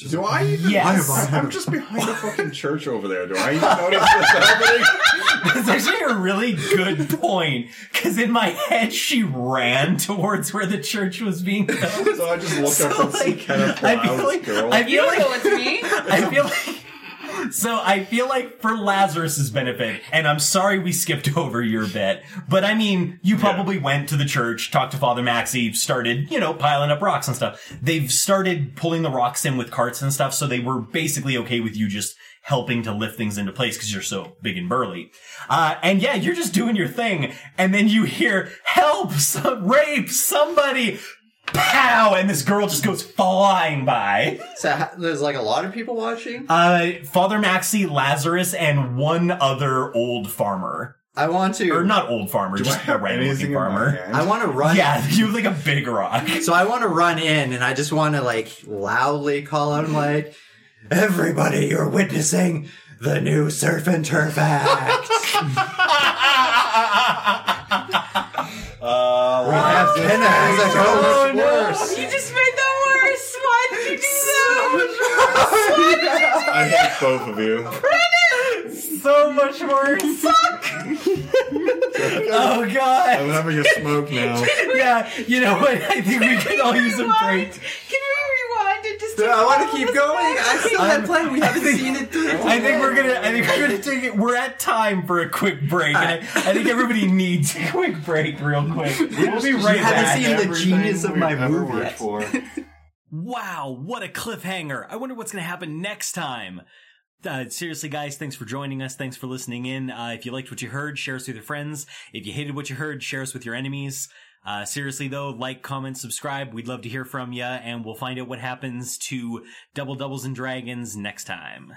[SPEAKER 6] Do I even?
[SPEAKER 1] Yes.
[SPEAKER 7] Why am I-
[SPEAKER 6] I'm just behind the fucking church over there. Do I even notice what's happening?
[SPEAKER 1] That's actually a really good point, because in my head, she ran towards where the church was being built.
[SPEAKER 6] So I just look up
[SPEAKER 1] So,
[SPEAKER 6] and see
[SPEAKER 1] like,
[SPEAKER 6] Kenneth
[SPEAKER 1] I feel
[SPEAKER 6] Plow's
[SPEAKER 1] like-
[SPEAKER 6] girl.
[SPEAKER 1] I feel
[SPEAKER 5] You
[SPEAKER 1] like
[SPEAKER 5] know it's me.
[SPEAKER 1] I feel like So I feel like for Lazarus's benefit, and I'm sorry we skipped over your bit, but I mean, you probably went to the church, talked to Father Maxie, started, you know, piling up rocks and stuff. They've started pulling the rocks in with carts and stuff, so they were basically okay with you just helping to lift things into place because you're so big and burly. Uh, and yeah, you're just doing your thing, and then you hear, help, some, rape, somebody, pow, and this girl just goes flying by.
[SPEAKER 7] So ha- there's like a lot of people watching.
[SPEAKER 1] Uh, Father Maxie, Lazarus, and one other old farmer.
[SPEAKER 7] I want to.
[SPEAKER 1] Or not old farmer,
[SPEAKER 6] Do I
[SPEAKER 1] just a
[SPEAKER 6] have
[SPEAKER 1] random
[SPEAKER 6] anything
[SPEAKER 1] looking
[SPEAKER 6] in my
[SPEAKER 1] farmer.
[SPEAKER 6] hand?
[SPEAKER 7] I want to run.
[SPEAKER 1] Yeah, you have like a big rock.
[SPEAKER 7] So I want to run in, and I just want to like loudly call out, like, "Everybody, you're witnessing the new Surf and Turf Act. we have been as a
[SPEAKER 1] Oh,
[SPEAKER 7] coach
[SPEAKER 1] no.
[SPEAKER 7] worse."
[SPEAKER 5] You just made the worst. Why did you do that?
[SPEAKER 6] I hate both of you.
[SPEAKER 1] so much worse. oh
[SPEAKER 6] I'm
[SPEAKER 1] god.
[SPEAKER 6] having a smoke now.
[SPEAKER 1] Yeah, you know what? I think we could all use a
[SPEAKER 5] Rewind.
[SPEAKER 1] break.
[SPEAKER 5] Can we rewind and just?
[SPEAKER 7] Dude, I
[SPEAKER 5] want to
[SPEAKER 7] keep going. I still
[SPEAKER 1] I'm-
[SPEAKER 7] have plan. We haven't
[SPEAKER 1] think-
[SPEAKER 7] seen it. through.
[SPEAKER 1] I think we're gonna. I think we're gonna take it. We're at time for a quick break. And I, I think everybody needs a quick break, real quick. We'll be right
[SPEAKER 7] You haven't
[SPEAKER 1] back.
[SPEAKER 7] seen the
[SPEAKER 6] Everything
[SPEAKER 7] genius of
[SPEAKER 6] we've
[SPEAKER 7] my
[SPEAKER 6] ever
[SPEAKER 7] move
[SPEAKER 6] worked
[SPEAKER 7] yet.
[SPEAKER 6] for.
[SPEAKER 1] Wow, what a cliffhanger. I wonder what's going to happen next time. Uh, seriously, guys, thanks for joining us. Thanks for listening in. Uh, if you liked what you heard, share us with your friends. If you hated what you heard, share us with your enemies. Uh, seriously, though, like, comment, subscribe. We'd love to hear from you, and we'll find out what happens to Double Doubles and Dragons next time.